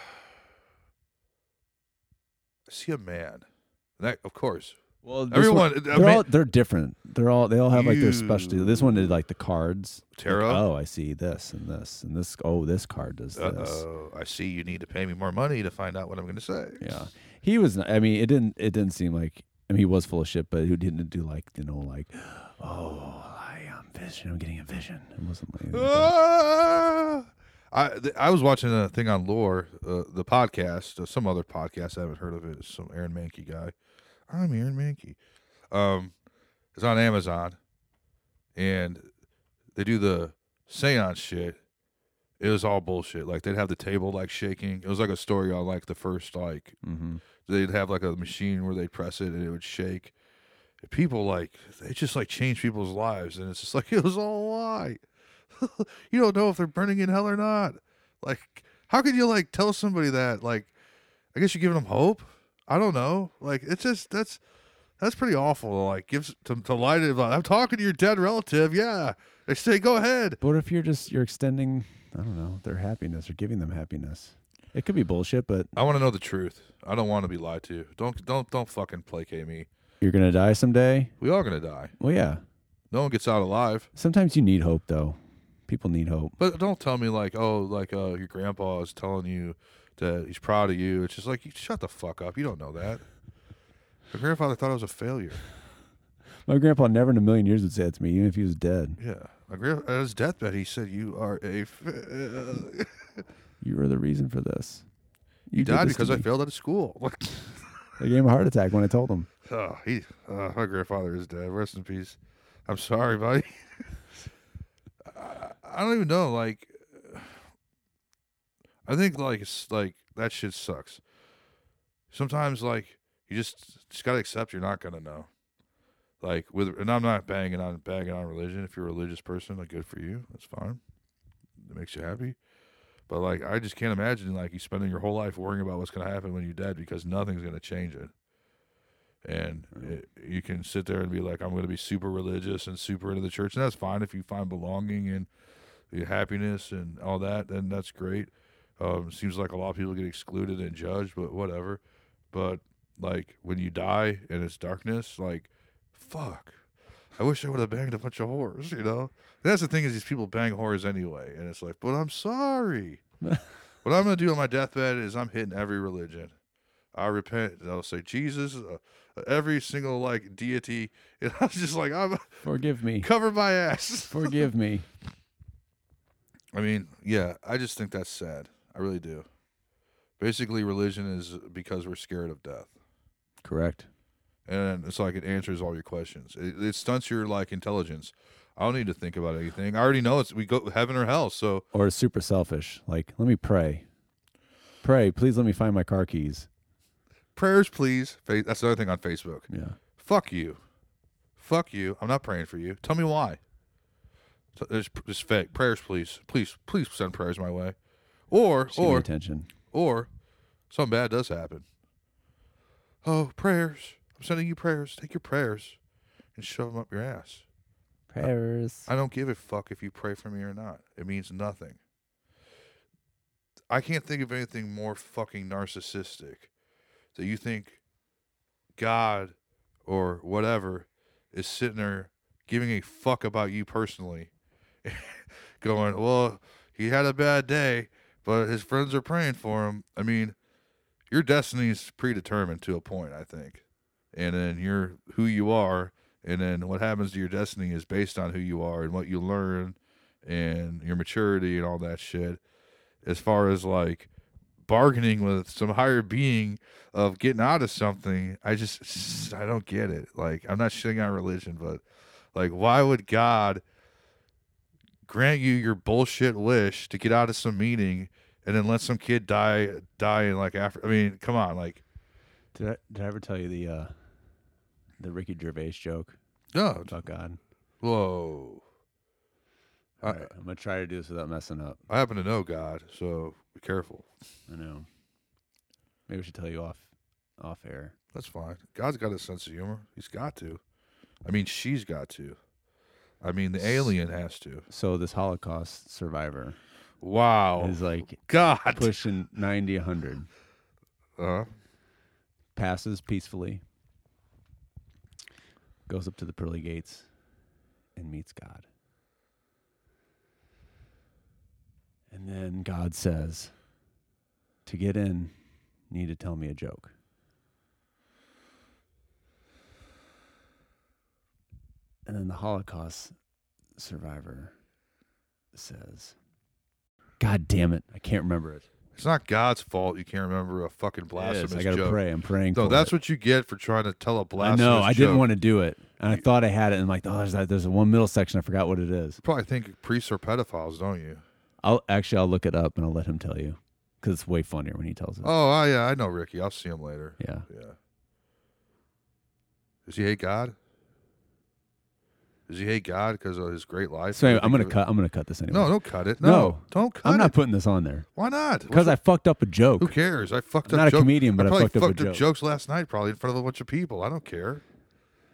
I see a man. And that, of course. Well, Everyone, I they're mean- all they're different. They're all they all have like their specialty. This one did like the cards. Like, Tarot? oh, I see this and this and this. Oh, this card does Uh this. oh, I see you need to pay me more money to find out what I'm going to say. Yeah, he was. I mean, it didn't. It didn't seem like. I mean, he was full of shit, but who didn't do like you know like, oh, I am vision. I'm getting a vision. It wasn't like. that. Ah! I th- I was watching a thing on Lore, uh, the podcast, uh, some other podcast. I haven't heard of it. It's some Aaron Mankey guy. I'm Aaron Mankey. Um, it's on Amazon, and they do the seance shit. It was all bullshit. Like they'd have the table like shaking. It was like a story on like the first like Mhm. they'd have like a machine where they'd press it and it would shake. And people like they just like change people's lives and it's just like it was all a lie. you don't know if they're burning in hell or not. Like how could you like tell somebody that? Like I guess you're giving them hope. I don't know. Like it's just that's that's pretty awful to like give s- to, to lie to about I'm talking to your dead relative. Yeah. They say go ahead. But what if you're just you're extending? I don't know their happiness or giving them happiness. It could be bullshit, but I want to know the truth. I don't want to be lied to. Don't don't don't fucking placate me. you're gonna die someday. We all gonna die. Well, yeah. No one gets out alive. Sometimes you need hope, though. People need hope. But don't tell me like, oh, like uh, your grandpa is telling you that he's proud of you. It's just like, you shut the fuck up. You don't know that. My grandfather thought I was a failure. My grandpa never in a million years would say that to me, even if he was dead. Yeah. My grand at his deathbed, he said, "You are a." F- you, You were the reason for this. You, did died this to because I me." failed out of school. I gave him a heart attack when I told him. oh, he. Uh, my grandfather is dead. Rest in peace. I'm sorry, buddy. I, I don't even know. Like, I think like it's like that shit sucks. Sometimes like you just just gotta accept you're not gonna know. Like with and I'm not banging on banging on religion. If you're a religious person, like good for you. That's fine. It makes you happy. But like I just can't imagine like you spending your whole life worrying about what's gonna happen when you're dead because nothing's gonna change it. And it, you can sit there and be like, I'm going to be super religious and super into the church, and that's fine if you find belonging and your happiness and all that. Then that's great. Um, seems like a lot of people get excluded and judged, but whatever. But like when you die and it's darkness, like fuck. I wish I would have banged a bunch of whores, you know. That's the thing is these people bang whores anyway, and it's like, but I'm sorry. what I'm gonna do on my deathbed is I'm hitting every religion. I repent. And I'll say Jesus, uh, every single like deity, and I'm just like I'm Forgive me. cover my ass. Forgive me. I mean, yeah, I just think that's sad. I really do. Basically, religion is because we're scared of death, Correct. and it's like it answers all your questions. It, it stunts your like intelligence. I don't need to think about anything. I already know it's we go heaven or hell. So Or super selfish. Like, let me pray. Pray, please let me find my car keys. prayers, please. Fa- That's another thing on Facebook. Yeah. Fuck you, fuck you. I'm not praying for you. Tell me why. So, it's just fake prayers, please, please, please send prayers my way. Or Just give me or attention. or something bad does happen. Oh, prayers. I'm sending you prayers. Take your prayers and shove them up your ass. Prayers. I don't give a fuck if you pray for me or not. It means nothing. I can't think of anything more fucking narcissistic that you think God or whatever is sitting there giving a fuck about you personally, going, well, he had a bad day, but his friends are praying for him. I mean, your destiny is predetermined to a point, I think. And then you're who you are and then what happens to your destiny is based on who you are and what you learn and your maturity and all that shit as far as like bargaining with some higher being of getting out of something i just i don't get it like i'm not shitting on religion but like why would god grant you your bullshit wish to get out of some meeting and then let some kid die die in like after i mean come on like Did I, did I ever tell you the uh, the Ricky Gervais joke no about God? whoa I- All right, I'm gonna try to do this without messing up. I happen to know God, so be careful. I know. Maybe I should tell you off off air. That's fine. God's got a sense of humor. He's got to. I mean, she's got to. I mean, the alien has to. So this Holocaust survivor Wow. is like God. pushing 90, 100, Uh, passes peacefully, goes up to the pearly gates, and meets God. And then God says, "To get in, you need to tell me a joke." And then the Holocaust survivor says, "God damn it, I can't remember it." it's not God's fault you can't remember a fucking blasphemous I gotta joke. pray. I'm praying. No, for that's it. what you get for trying to tell a I blasphemous know. I didn't joke. want to do it, and I thought I had it. And I'm like, oh, there's that. There's a one middle section. I forgot what it is. You probably think priests are pedophiles, don't you? I'll actually I'll look it up and I'll let him tell you because it's way funnier when he tells it. Oh, I, yeah, I know Ricky. I'll see him later. Yeah. Yeah. Does he hate God? Does he hate God because of his great life? So anyway, I'm gonna Because- cut. I'm gonna cut this anyway. No, don't cut it. No, No. don't cut I'm not it. putting this on there Why not? because What's- I fucked up a joke. who cares? I fucked I'm up. not a joke- comedian, but I probably fucked up a joke. up jokes last night, probably in front of a bunch of people. I don't care.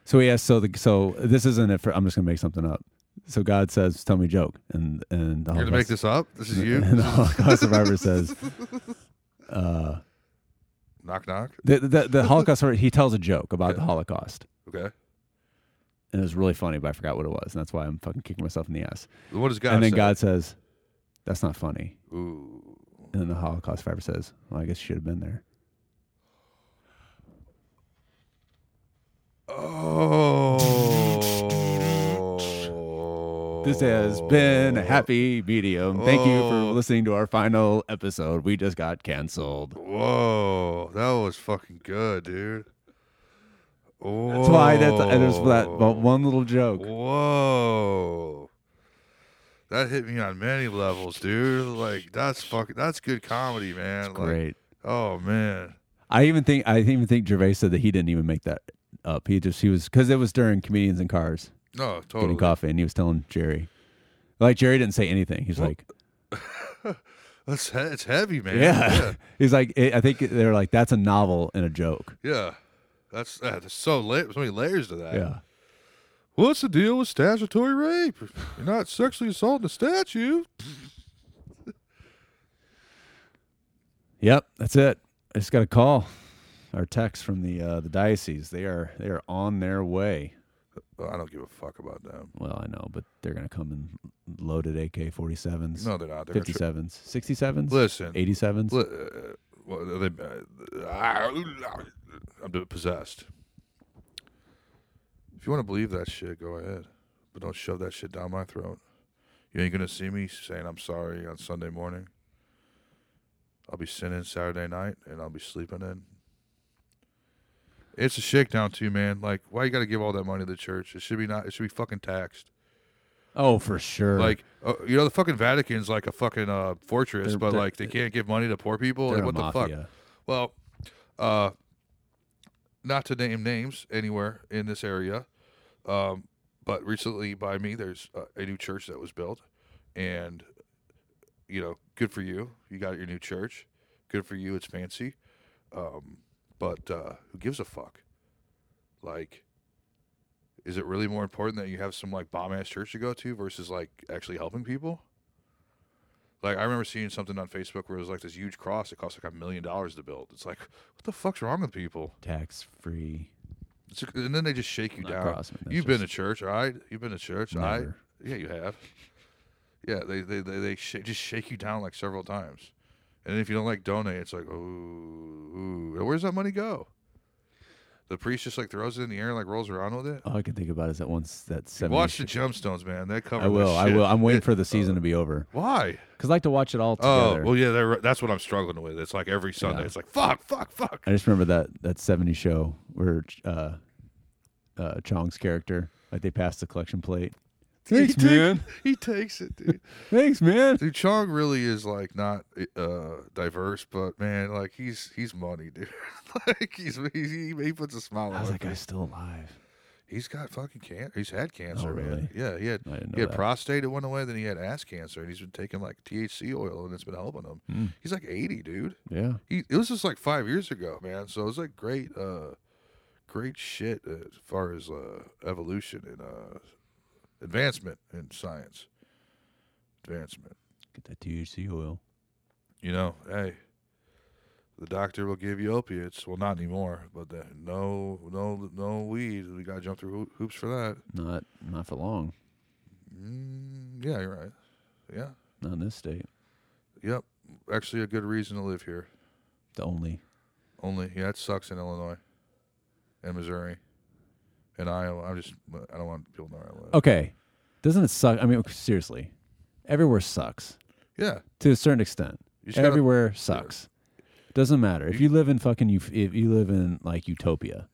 So yeah, so the so this isn't it. For, I'm just gonna make something up. So God says, "Tell me a joke," and and the You're gonna Holocaust- make this up. This is And you. the Holocaust survivor says, uh, knock knock. the, the the Holocaust survivor he tells a joke about the Holocaust, Okay. and it was really funny, but I forgot what it was, and that's why I'm fucking kicking myself in the ass. What does God and then say? God says, "That's not funny." Ooh. And then the Holocaust survivor says, "Well, I guess you should have been there." Oh. This has been a happy medium. Thank you Oh. for listening to our final episode. We just got canceled. Whoa, that was fucking good, dude. Whoa. That's why that's and Oh. it's for that but one little joke. Whoa. That hit me on many levels, dude. Like that's fucking that's good comedy, man. like, Great. oh man. I even think I even think Gervais said that he didn't even make that up. He just he was because it was during comedians in cars No, getting totally. coffee, and he was telling Jerry, like Jerry didn't say anything. He's like, That's he- it's heavy, man. yeah. Yeah. He's like, I I think they're like that's a novel and a joke. yeah. That's that's so la- so many layers to that. Yeah. What's the deal with statutory rape? You're not sexually assaulting a statue. Yep, that's it. I just got a call or text from the uh, the diocese. They are they are on their way. Well, I don't give a fuck about them. Well, I know, but they're gonna come in loaded AK forty sevens, No, they're not. They're fifty sevens, sixty sevens, Listen, eighty sevens. Li- uh, well, they, uh, I'm possessed. If you want to believe that shit, go ahead, but don't shove that shit down my throat. You ain't gonna see me saying I'm sorry on Sunday morning. I'll be sinning Saturday night, and I'll be sleeping in. It's a shakedown too, man. Like, why you gotta give all that money to the church? It should be not. It should be fucking taxed. Oh, for sure. Like, uh, you know, the fucking Vatican's like a fucking uh, fortress, They're- but they're- like they can't give money to poor people. they're Like, a what the fuck? mafia. Well, uh, not to name names anywhere in this area, um, but recently by me, there's uh, a new church that was built, and you know, good for you. You got your new church. Good for you. It's fancy, um, but uh, who gives a fuck? Like, is it really more important that you have some like bomb ass church to go to versus like actually helping people? Like I remember seeing something on Facebook where it was like this huge cross. It cost like a million dollars to build. It's like, what the fuck's wrong with people? tax free. It's, and then they just shake you Not down. Crossman, that's You've been to just- church, all right? You've been to church, all right? Never. Yeah, you have. Yeah, they they they, they sh- just shake you down like several times, and if you don't like donate, it's like, ooh, ooh. where's that money go? The priest just like throws it in the air and like rolls around with it. All I can think about is that once that seven. Watch the gemstones, man. They cover. I that will. I shit. will. I'm waiting It- for the season to be over Why? because I like to watch it all Oh, together. well, yeah. they're- That's what I'm struggling with. It's like every Sunday. Yeah. It's like fuck, fuck, fuck. I just remember that that '70s show where uh, uh, Chong's character, like they passed the collection plate. Thanks, He take- man. He takes it, dude. Thanks, man. Dude, Chong really is like not uh diverse, but man, like he's he's money, dude. like he's, he's he, he puts a smile on. I was my like, I'm face. still alive. he's got fucking cancer. He's had cancer, man. Oh, really? Yeah, he had I didn't know he had that. prostate. It went away. Then he had ass cancer, and he's been taking like THC oil, and it's been helping him. Mm. He's like eighty, dude. Yeah. He it was just like five years ago, man. So it was like great, uh, great shit as far as uh evolution and uh advancement in science, advancement. Get that THC oil. you know, hey, the doctor will give you opiates. Well, not anymore, but the, no, no, no weed. We got to jump through hoo- hoops for that. Not not for long. Mm, yeah, you're right. Yeah, Not in this state. yep. Actually, a good reason to live here. The only. Only, yeah, it sucks in Illinois, and Missouri, and Iowa. I'm just, I don't want people to know where I live. Okay. Doesn't it suck? I mean, seriously, everywhere sucks Yeah, to a certain extent. you just gotta- Everywhere sucks. Doesn't matter if you live in fucking you if you live in like utopia.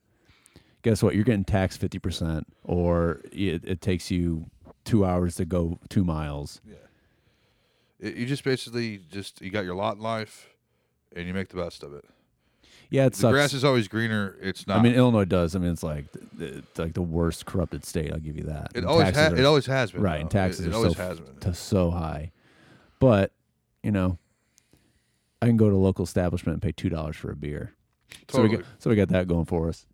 Guess what? You're getting taxed fifty percent, or it, it takes you two hours to go two miles. it- you just basically just you got your lot in life, and you make the best of it. Yeah, it The sucks. grass is always greener. It's not. I mean, Illinois does. I mean, it's like th- th- it's like the worst corrupted state. I'll give you that. It And always taxes ha- are- it always has been right, and though. It- taxes it, are always so, has been. to so high. But you know, I can go to a local establishment and pay two dollars for a beer. So we got Totally. so we got that going for us.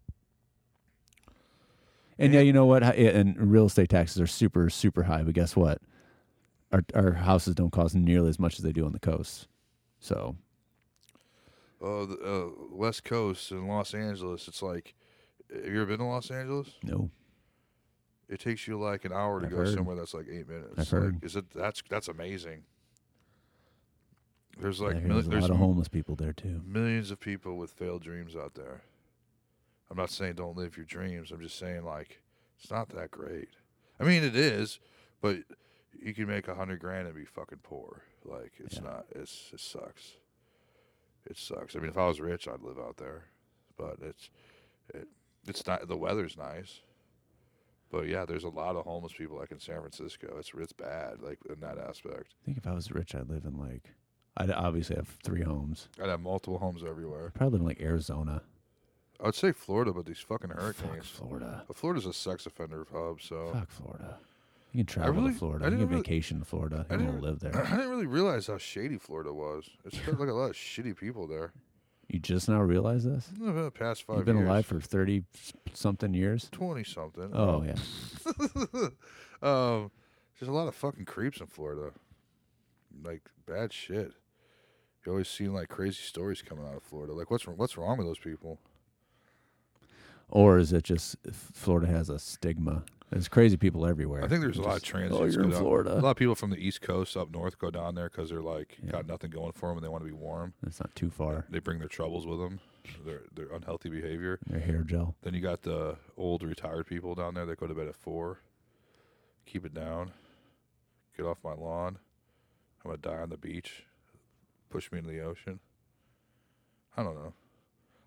And yeah, you know what? Hi- And real estate taxes are super super high. But guess what? Our our houses don't cost nearly as much as they do on the coast. So Oh, the uh, West Coast and Los Angeles. It's like, have you ever been to Los Angeles? no, It takes you like an hour to I've go heard. somewhere that's like eight minutes. I've Like, heard. Is it that's that's amazing. There's like I hear mil- there's a there's lot of m- homeless people there too. millions of people with failed dreams out there. I'm not saying don't live your dreams. I'm just saying like it's not that great. I mean it is, but you can make a hundred grand and be fucking poor. Like it's not. It's it sucks. It sucks. I mean, if I was rich, I'd live out there, but it's it, it's not. The weather's nice, but yeah, there's a lot of homeless people like in San Francisco. It's it's bad like in that aspect. I think if I was rich, I'd live in like, I'd obviously have three homes. I'd have multiple homes everywhere. Probably live in like Arizona, I'd say Florida, but these fucking fuck hurricanes. Florida, But Florida's a sex offender hub, so fuck Florida. You can travel really- to Florida. I You can didn't really- vacation to Florida. I You didn't don't live there. I didn't really realize how shady Florida was. It's got like a lot of shitty people there. You just now realize this? The past 5 You've been years. alive for thirty something years. twenty something. Oh yeah, um, there's a lot of fucking creeps in Florida. Like bad shit. You always seen like crazy stories coming out of Florida. Like what's what's wrong with those people? or is it just Florida has a stigma? There's crazy people everywhere. I think there's a Just- lot of transits. Oh, you're go in down- Florida. A lot of people from the East Coast up north go down there because they're like got nothing going for them and they want to be warm. It's not too far. They bring their troubles with them, their their unhealthy behavior. Their hair gel. Then you got the old retired people down there that go to bed at four. Keep it down. Get off my lawn. I'm gonna die on the beach. Push me into the ocean. I don't know.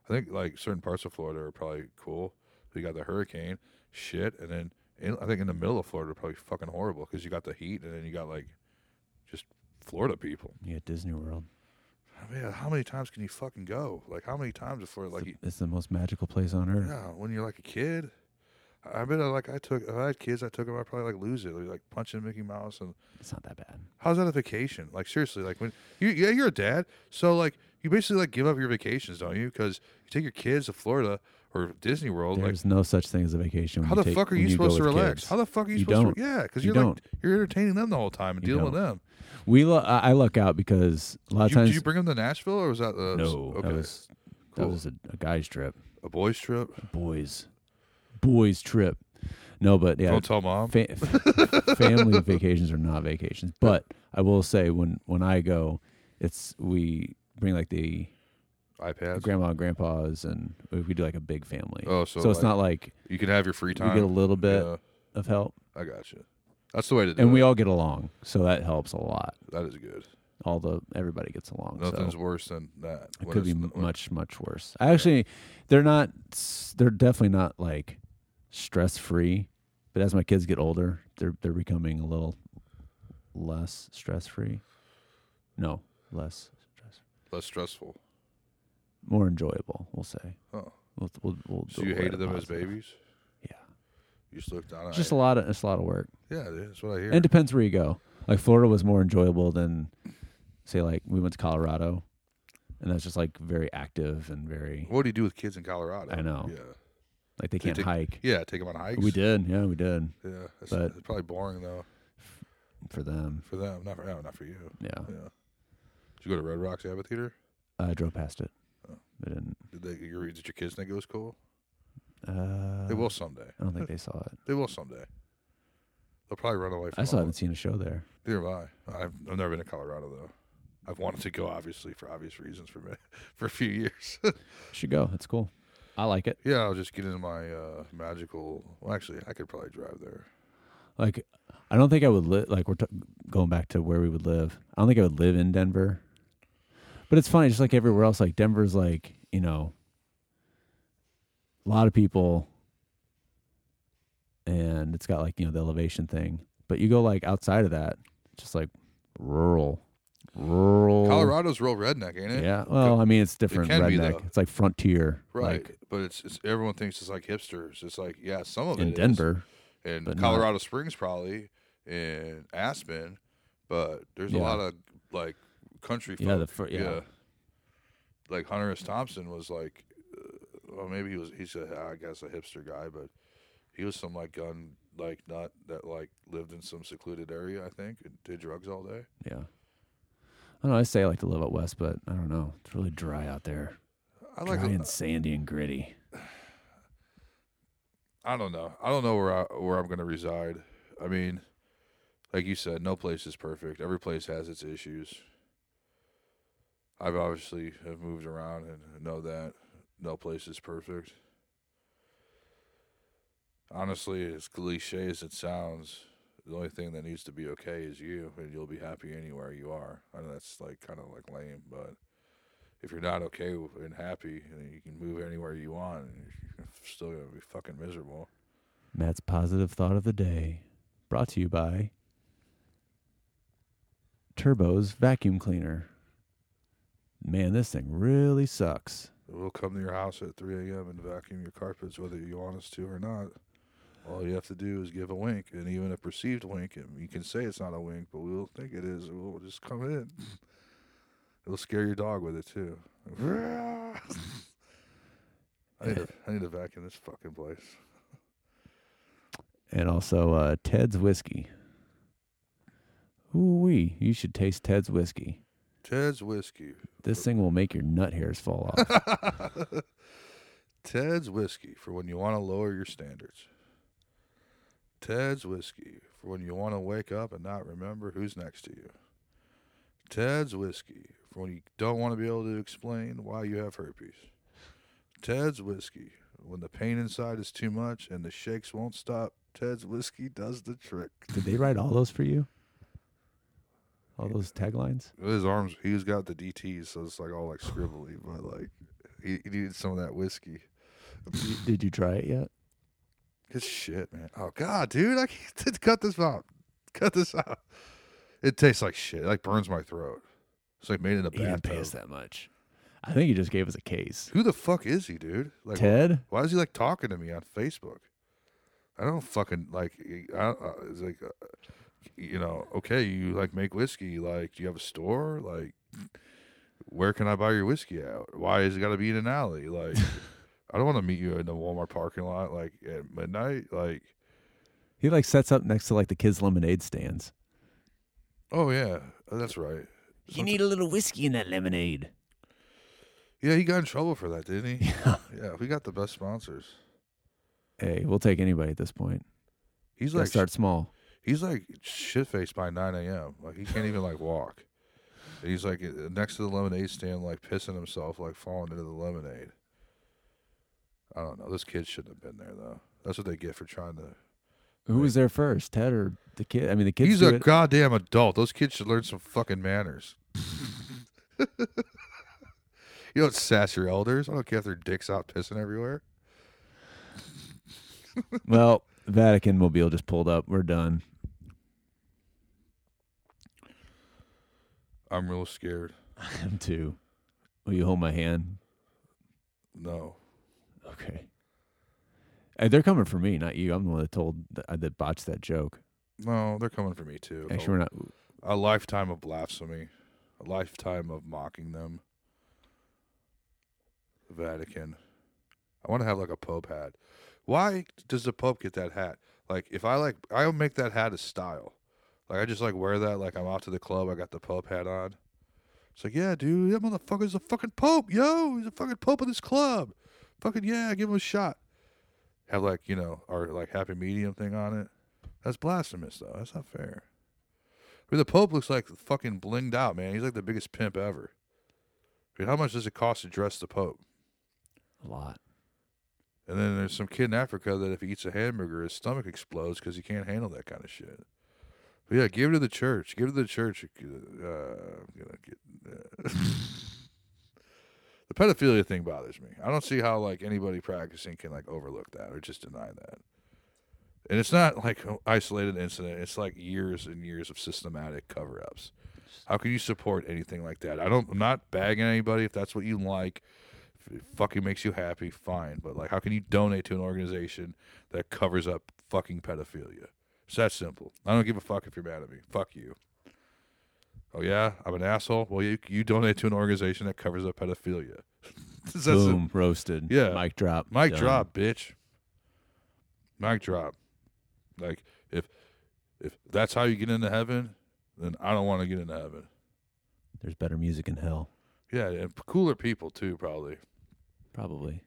I think like certain parts of Florida are probably cool. You got the hurricane shit, and then in, I think in the middle of Florida are probably fucking horrible because you got the heat, and then you got like just Florida people. You at Disney World. I mean, how many times can you fucking go? Like, how many times before like you- It's the most magical place on earth. yeah, when you're like a kid, I I bet I, like I took if I had kids, I took them. I probably like lose it, like, like punching Mickey Mouse. And It's not that bad. how's that a vacation? Like seriously, like when you yeah you're a dad, so like you basically like give up your vacations, don't you? Because you take your kids to Florida or Disney World. There's no such thing as a vacation. when like how the take- fuck are when you, go supposed to with relax? kids. How the fuck are you, You supposed don't. to? Yeah, because You you're like don't. you're entertaining them the whole time and You dealing with them. we lo- I I luck out because a lot of Did you, times. did you bring them to Nashville or was that the no, okay that was that Cool. was a, a guy's trip. a boys trip? Boys, boys trip. No, but yeah, Don't tell mom. fa- f- family vacations are not vacations. But I will say when when I go, it's we bring like the iPads. grandma and grandpas, and we we do like a big family. Oh, so, it's like, not like you can have your free we time. get a little bit Yeah, of help, I got you. That's the way to do and it. we all get along, so that helps a lot. That is good. All the everybody gets along. Nothing's so. worse than that. It When could be it's- m- when- much much worse. I actually, they're not. s- They're definitely not like stress free. But as my kids get older, they're they're becoming a little less stress free. No, less stress, less stressful. more enjoyable. We'll say. Oh, We'll, we'll, we'll, so we'll you write hated it them as positive. babies? Yeah, You just looked down. it's on just it. a lot of it's a lot of work. yeah, dude, that's what I hear. And it depends where you go. Like Florida was more enjoyable than, say, like we went to Colorado, and that's just like very active and very what do you do with kids in Colorado? I know. Yeah, like they can't take- hike. yeah, take them on hikes. We did, yeah, we did Yeah, that's, but- it's probably boring though for them. for them. Not for no, not for you. Yeah, Yeah. Did you go to Red Rocks Amphitheater? I drove past it. They didn't. Did they? You read? Did your kids think it was cool? Uh, They will someday. I don't think they saw it. They will someday. They'll probably run away. From I still all of haven't seen a show there. it. Neither have I. I've, I've never been to Colorado though. I've wanted to go, obviously, for obvious reasons, for me, for a few years. Should go. It's cool. I like it. Yeah, I'll just get into my uh, magical. Well, actually, I could probably drive there. Like, I don't think I would live. Like, we're t- going back to where we would live. I don't think I would live in Denver. But it's funny, just like everywhere else. Like Denver's, like you know, a lot of people, and it's got like you know the elevation thing. But you go like outside of that, just like rural, rural. Colorado's real redneck, ain't it? Yeah. Well, I mean, it's different. can be, redneck. though. it's like frontier. Right, Like but it's, it's everyone thinks it's like hipsters. It's like yeah, some of it in is. Denver. and but not- Colorado Springs probably, and Aspen, but there's a Yeah. lot of like country. Folk. Yeah, the fir- yeah. Like Hunter S. Thompson was like, uh, well, maybe he was. He's a, I guess, a hipster guy, but he was some like gun like nut that like lived in some secluded area. I think and did drugs all day. Yeah. I don't know. I say I like to live out west, but I don't know. It's really dry out there. I Dry like. to- and sandy and gritty. I don't know. I don't know where I where I'm gonna reside. I mean, like you said, no place is perfect. Every place has its issues. I've obviously have moved around and know that no place is perfect. Honestly, as cliche as it sounds, the only thing that needs to be okay is you, and you'll be happy anywhere you are. I know that's like kind of like lame, but if you're not okay with- and happy, then you can move anywhere you want, and you're still gonna be fucking miserable. Matt's positive thought of the day, brought to you by Turbo's vacuum cleaner. Man, this thing really sucks. We'll come to your house at 3 a.m. and vacuum your carpets, whether you want us to or not. All you have to do is give a wink, and even a perceived wink, and you can say it's not a wink, but we'll think it is. and We'll just come in. It'll scare your dog with it too. I need, to, I need to vacuum this fucking place. And also uh, Ted's whiskey. Ooh wee, you should taste Ted's whiskey. Ted's whiskey. This thing will make your nut hairs fall off. Ted's whiskey for when you want to lower your standards. Ted's whiskey for when you want to wake up and not remember who's next to you. Ted's whiskey for when you don't want to be able to explain why you have herpes. Ted's whiskey when the pain inside is too much and the shakes won't stop. Ted's whiskey does the trick. Did they write all those for you? All those taglines? His arms, he's got the DTs, so it's like all like scribbly, but like he, he needed some of that whiskey. Did you try it yet? Good shit, man. Oh god, dude, I can't cut this out. Cut this out. It tastes like shit. It like burns my throat. It's like made in a He didn't pay us that bathtub. much. I think he just gave us a case. Who the fuck is he, dude? Like, Ted? why is he like talking to me on Facebook? I don't fucking like. I, I it's like, uh, you know, okay, you like make whiskey. Like, do you have a store? Like, where can I buy your whiskey at? Why is it got to be in an alley? Like, I don't want to meet you in the Walmart parking lot like at midnight. Like, He like sets up next to like the kids' lemonade stands. oh yeah, that's right. You need a little whiskey in that lemonade. Yeah, he got in trouble for that, didn't he? Yeah, we got the best sponsors. Hey, we'll take anybody at this point. He's Gotta like start small. he's like shit faced by nine a.m. Like he can't even like walk. And he's like uh, next to the lemonade stand, like pissing himself, like falling into the lemonade. I don't know. This kid shouldn't have been there though. That's what they get for trying to. Who was there first, Ted or the kid? I mean, the kids. he's do a it. goddamn adult. Those kids should learn some fucking manners. you don't sass your elders. I don't care if their dicks out pissing everywhere. well, Vatican Mobile just pulled up. We're done. I'm real scared. Him too. Will you hold my hand? No, Okay. Hey, they're coming for me, not you. I'm the one that told that, uh, that botched that joke. no, they're coming for me too. Actually, we're not. a lifetime of blasphemy, a lifetime of mocking them. Vatican. I want to have like a pope hat. Why does the pope get that hat? Like if I like I'll make that hat a style. Like I just like wear that like I'm out to the club, I got the pope hat on. It's like, yeah, dude, that motherfucker's the fucking pope. Yo, he's the fucking pope of this club. Fucking yeah, give him a shot. Have like, you know, our like happy medium thing on it. That's blasphemous though. That's not fair. I mean, the Pope looks like fucking blinged out, man. He's like the biggest pimp ever. I mean, how much does it cost to dress the Pope? A lot. And then there's some kid in Africa that if he eats a hamburger, his stomach explodes because he can't handle that kind of shit. But yeah, give it to the church. Give it to the church. Uh, I'm gonna get, uh. the pedophilia thing bothers me. I don't see how like anybody practicing can like overlook that or just deny that. And it's not like an isolated incident. It's like years and years of systematic cover-ups. How can you support anything like that? I don't. I'm not bagging anybody. If that's what you like, if it fucking makes you happy, fine. But like, how can you donate to an organization that covers up fucking pedophilia? It's that simple. I don't give a fuck if you're mad at me. Fuck you. Oh yeah, I'm an asshole. Well, you you donate to an organization that covers up pedophilia. That's it. Boom. Roasted. Yeah. Mic drop. Mic Done. drop, bitch. Mic drop. Like if if that's how you get into heaven, then I don't want to get into heaven. There's better music in hell. Yeah, and cooler people too, probably. Probably,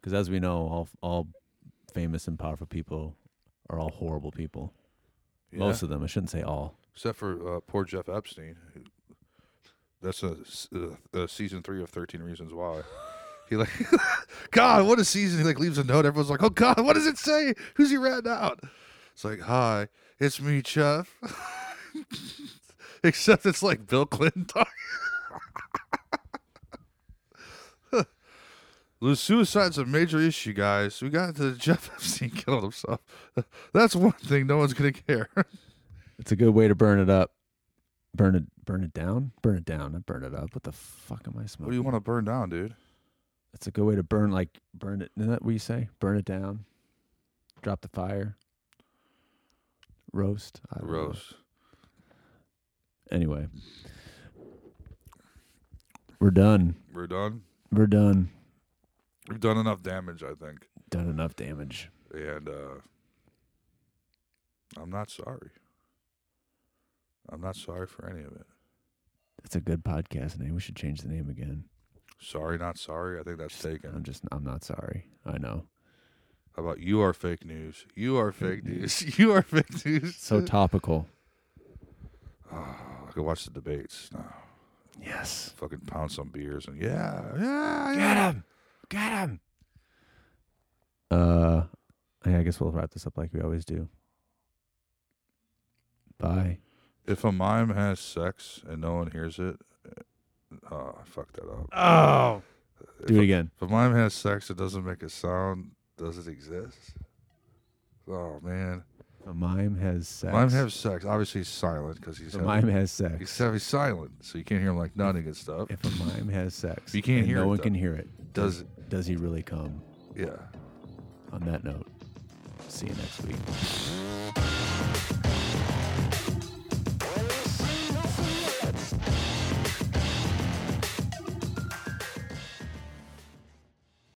because as we know, all all famous and powerful people are all horrible people. Yeah. Most of them. I shouldn't say all. except for uh, poor Jeff Epstein. who- That's a, s- uh, uh, season three of Thirteen Reasons Why. He like, God, what a season! He like leaves a note. Everyone's like, Oh God, what does it say? Who's he ratting out? It's like, hi, it's me, Chuff. Except it's like Bill Clinton talking. The suicide's a major issue, guys. We got to Jeff Epstein killed himself. That's one thing no one's gonna care. It's a good way to burn it up. Burn it, burn it down, burn it down, not burn it up. What the fuck am I smoking? what do you want to burn down, dude? It's a good way to burn, like burn it. Isn't that what you say? Burn it down, drop the fire, roast. I don't know. Roast. Anyway, we're done. We're done. We're done. We've done enough damage, I think. Done enough damage. And uh I'm not sorry. I'm not sorry for any of it. That's a good podcast name. We should change the name again. Sorry, not sorry. I think that's taken. I'm just. I'm not sorry. I know. How about you are fake news? You are fake news. You are fake news. Mm-hmm. So topical. I could watch the debates. No, Yes. fucking pound some beers and yeah, yeah, yeah. him. Get him. Uh, yeah, I guess we'll wrap this up like we always do. Bye. If a mime has sex and no one hears it, oh, I fucked that up. Oh. Do it again. If a mime has sex, it doesn't make a sound. Does it exist? Oh man, A mime has sex. mime has sex. Obviously, he's silent because he's If a mime having, has he's sex. having silent, so you can't hear him like nodding and stuff. If a mime has sex, You can't and hear No it, one though. can hear it. Does it? Does he really come? Yeah. On that note, see you next week.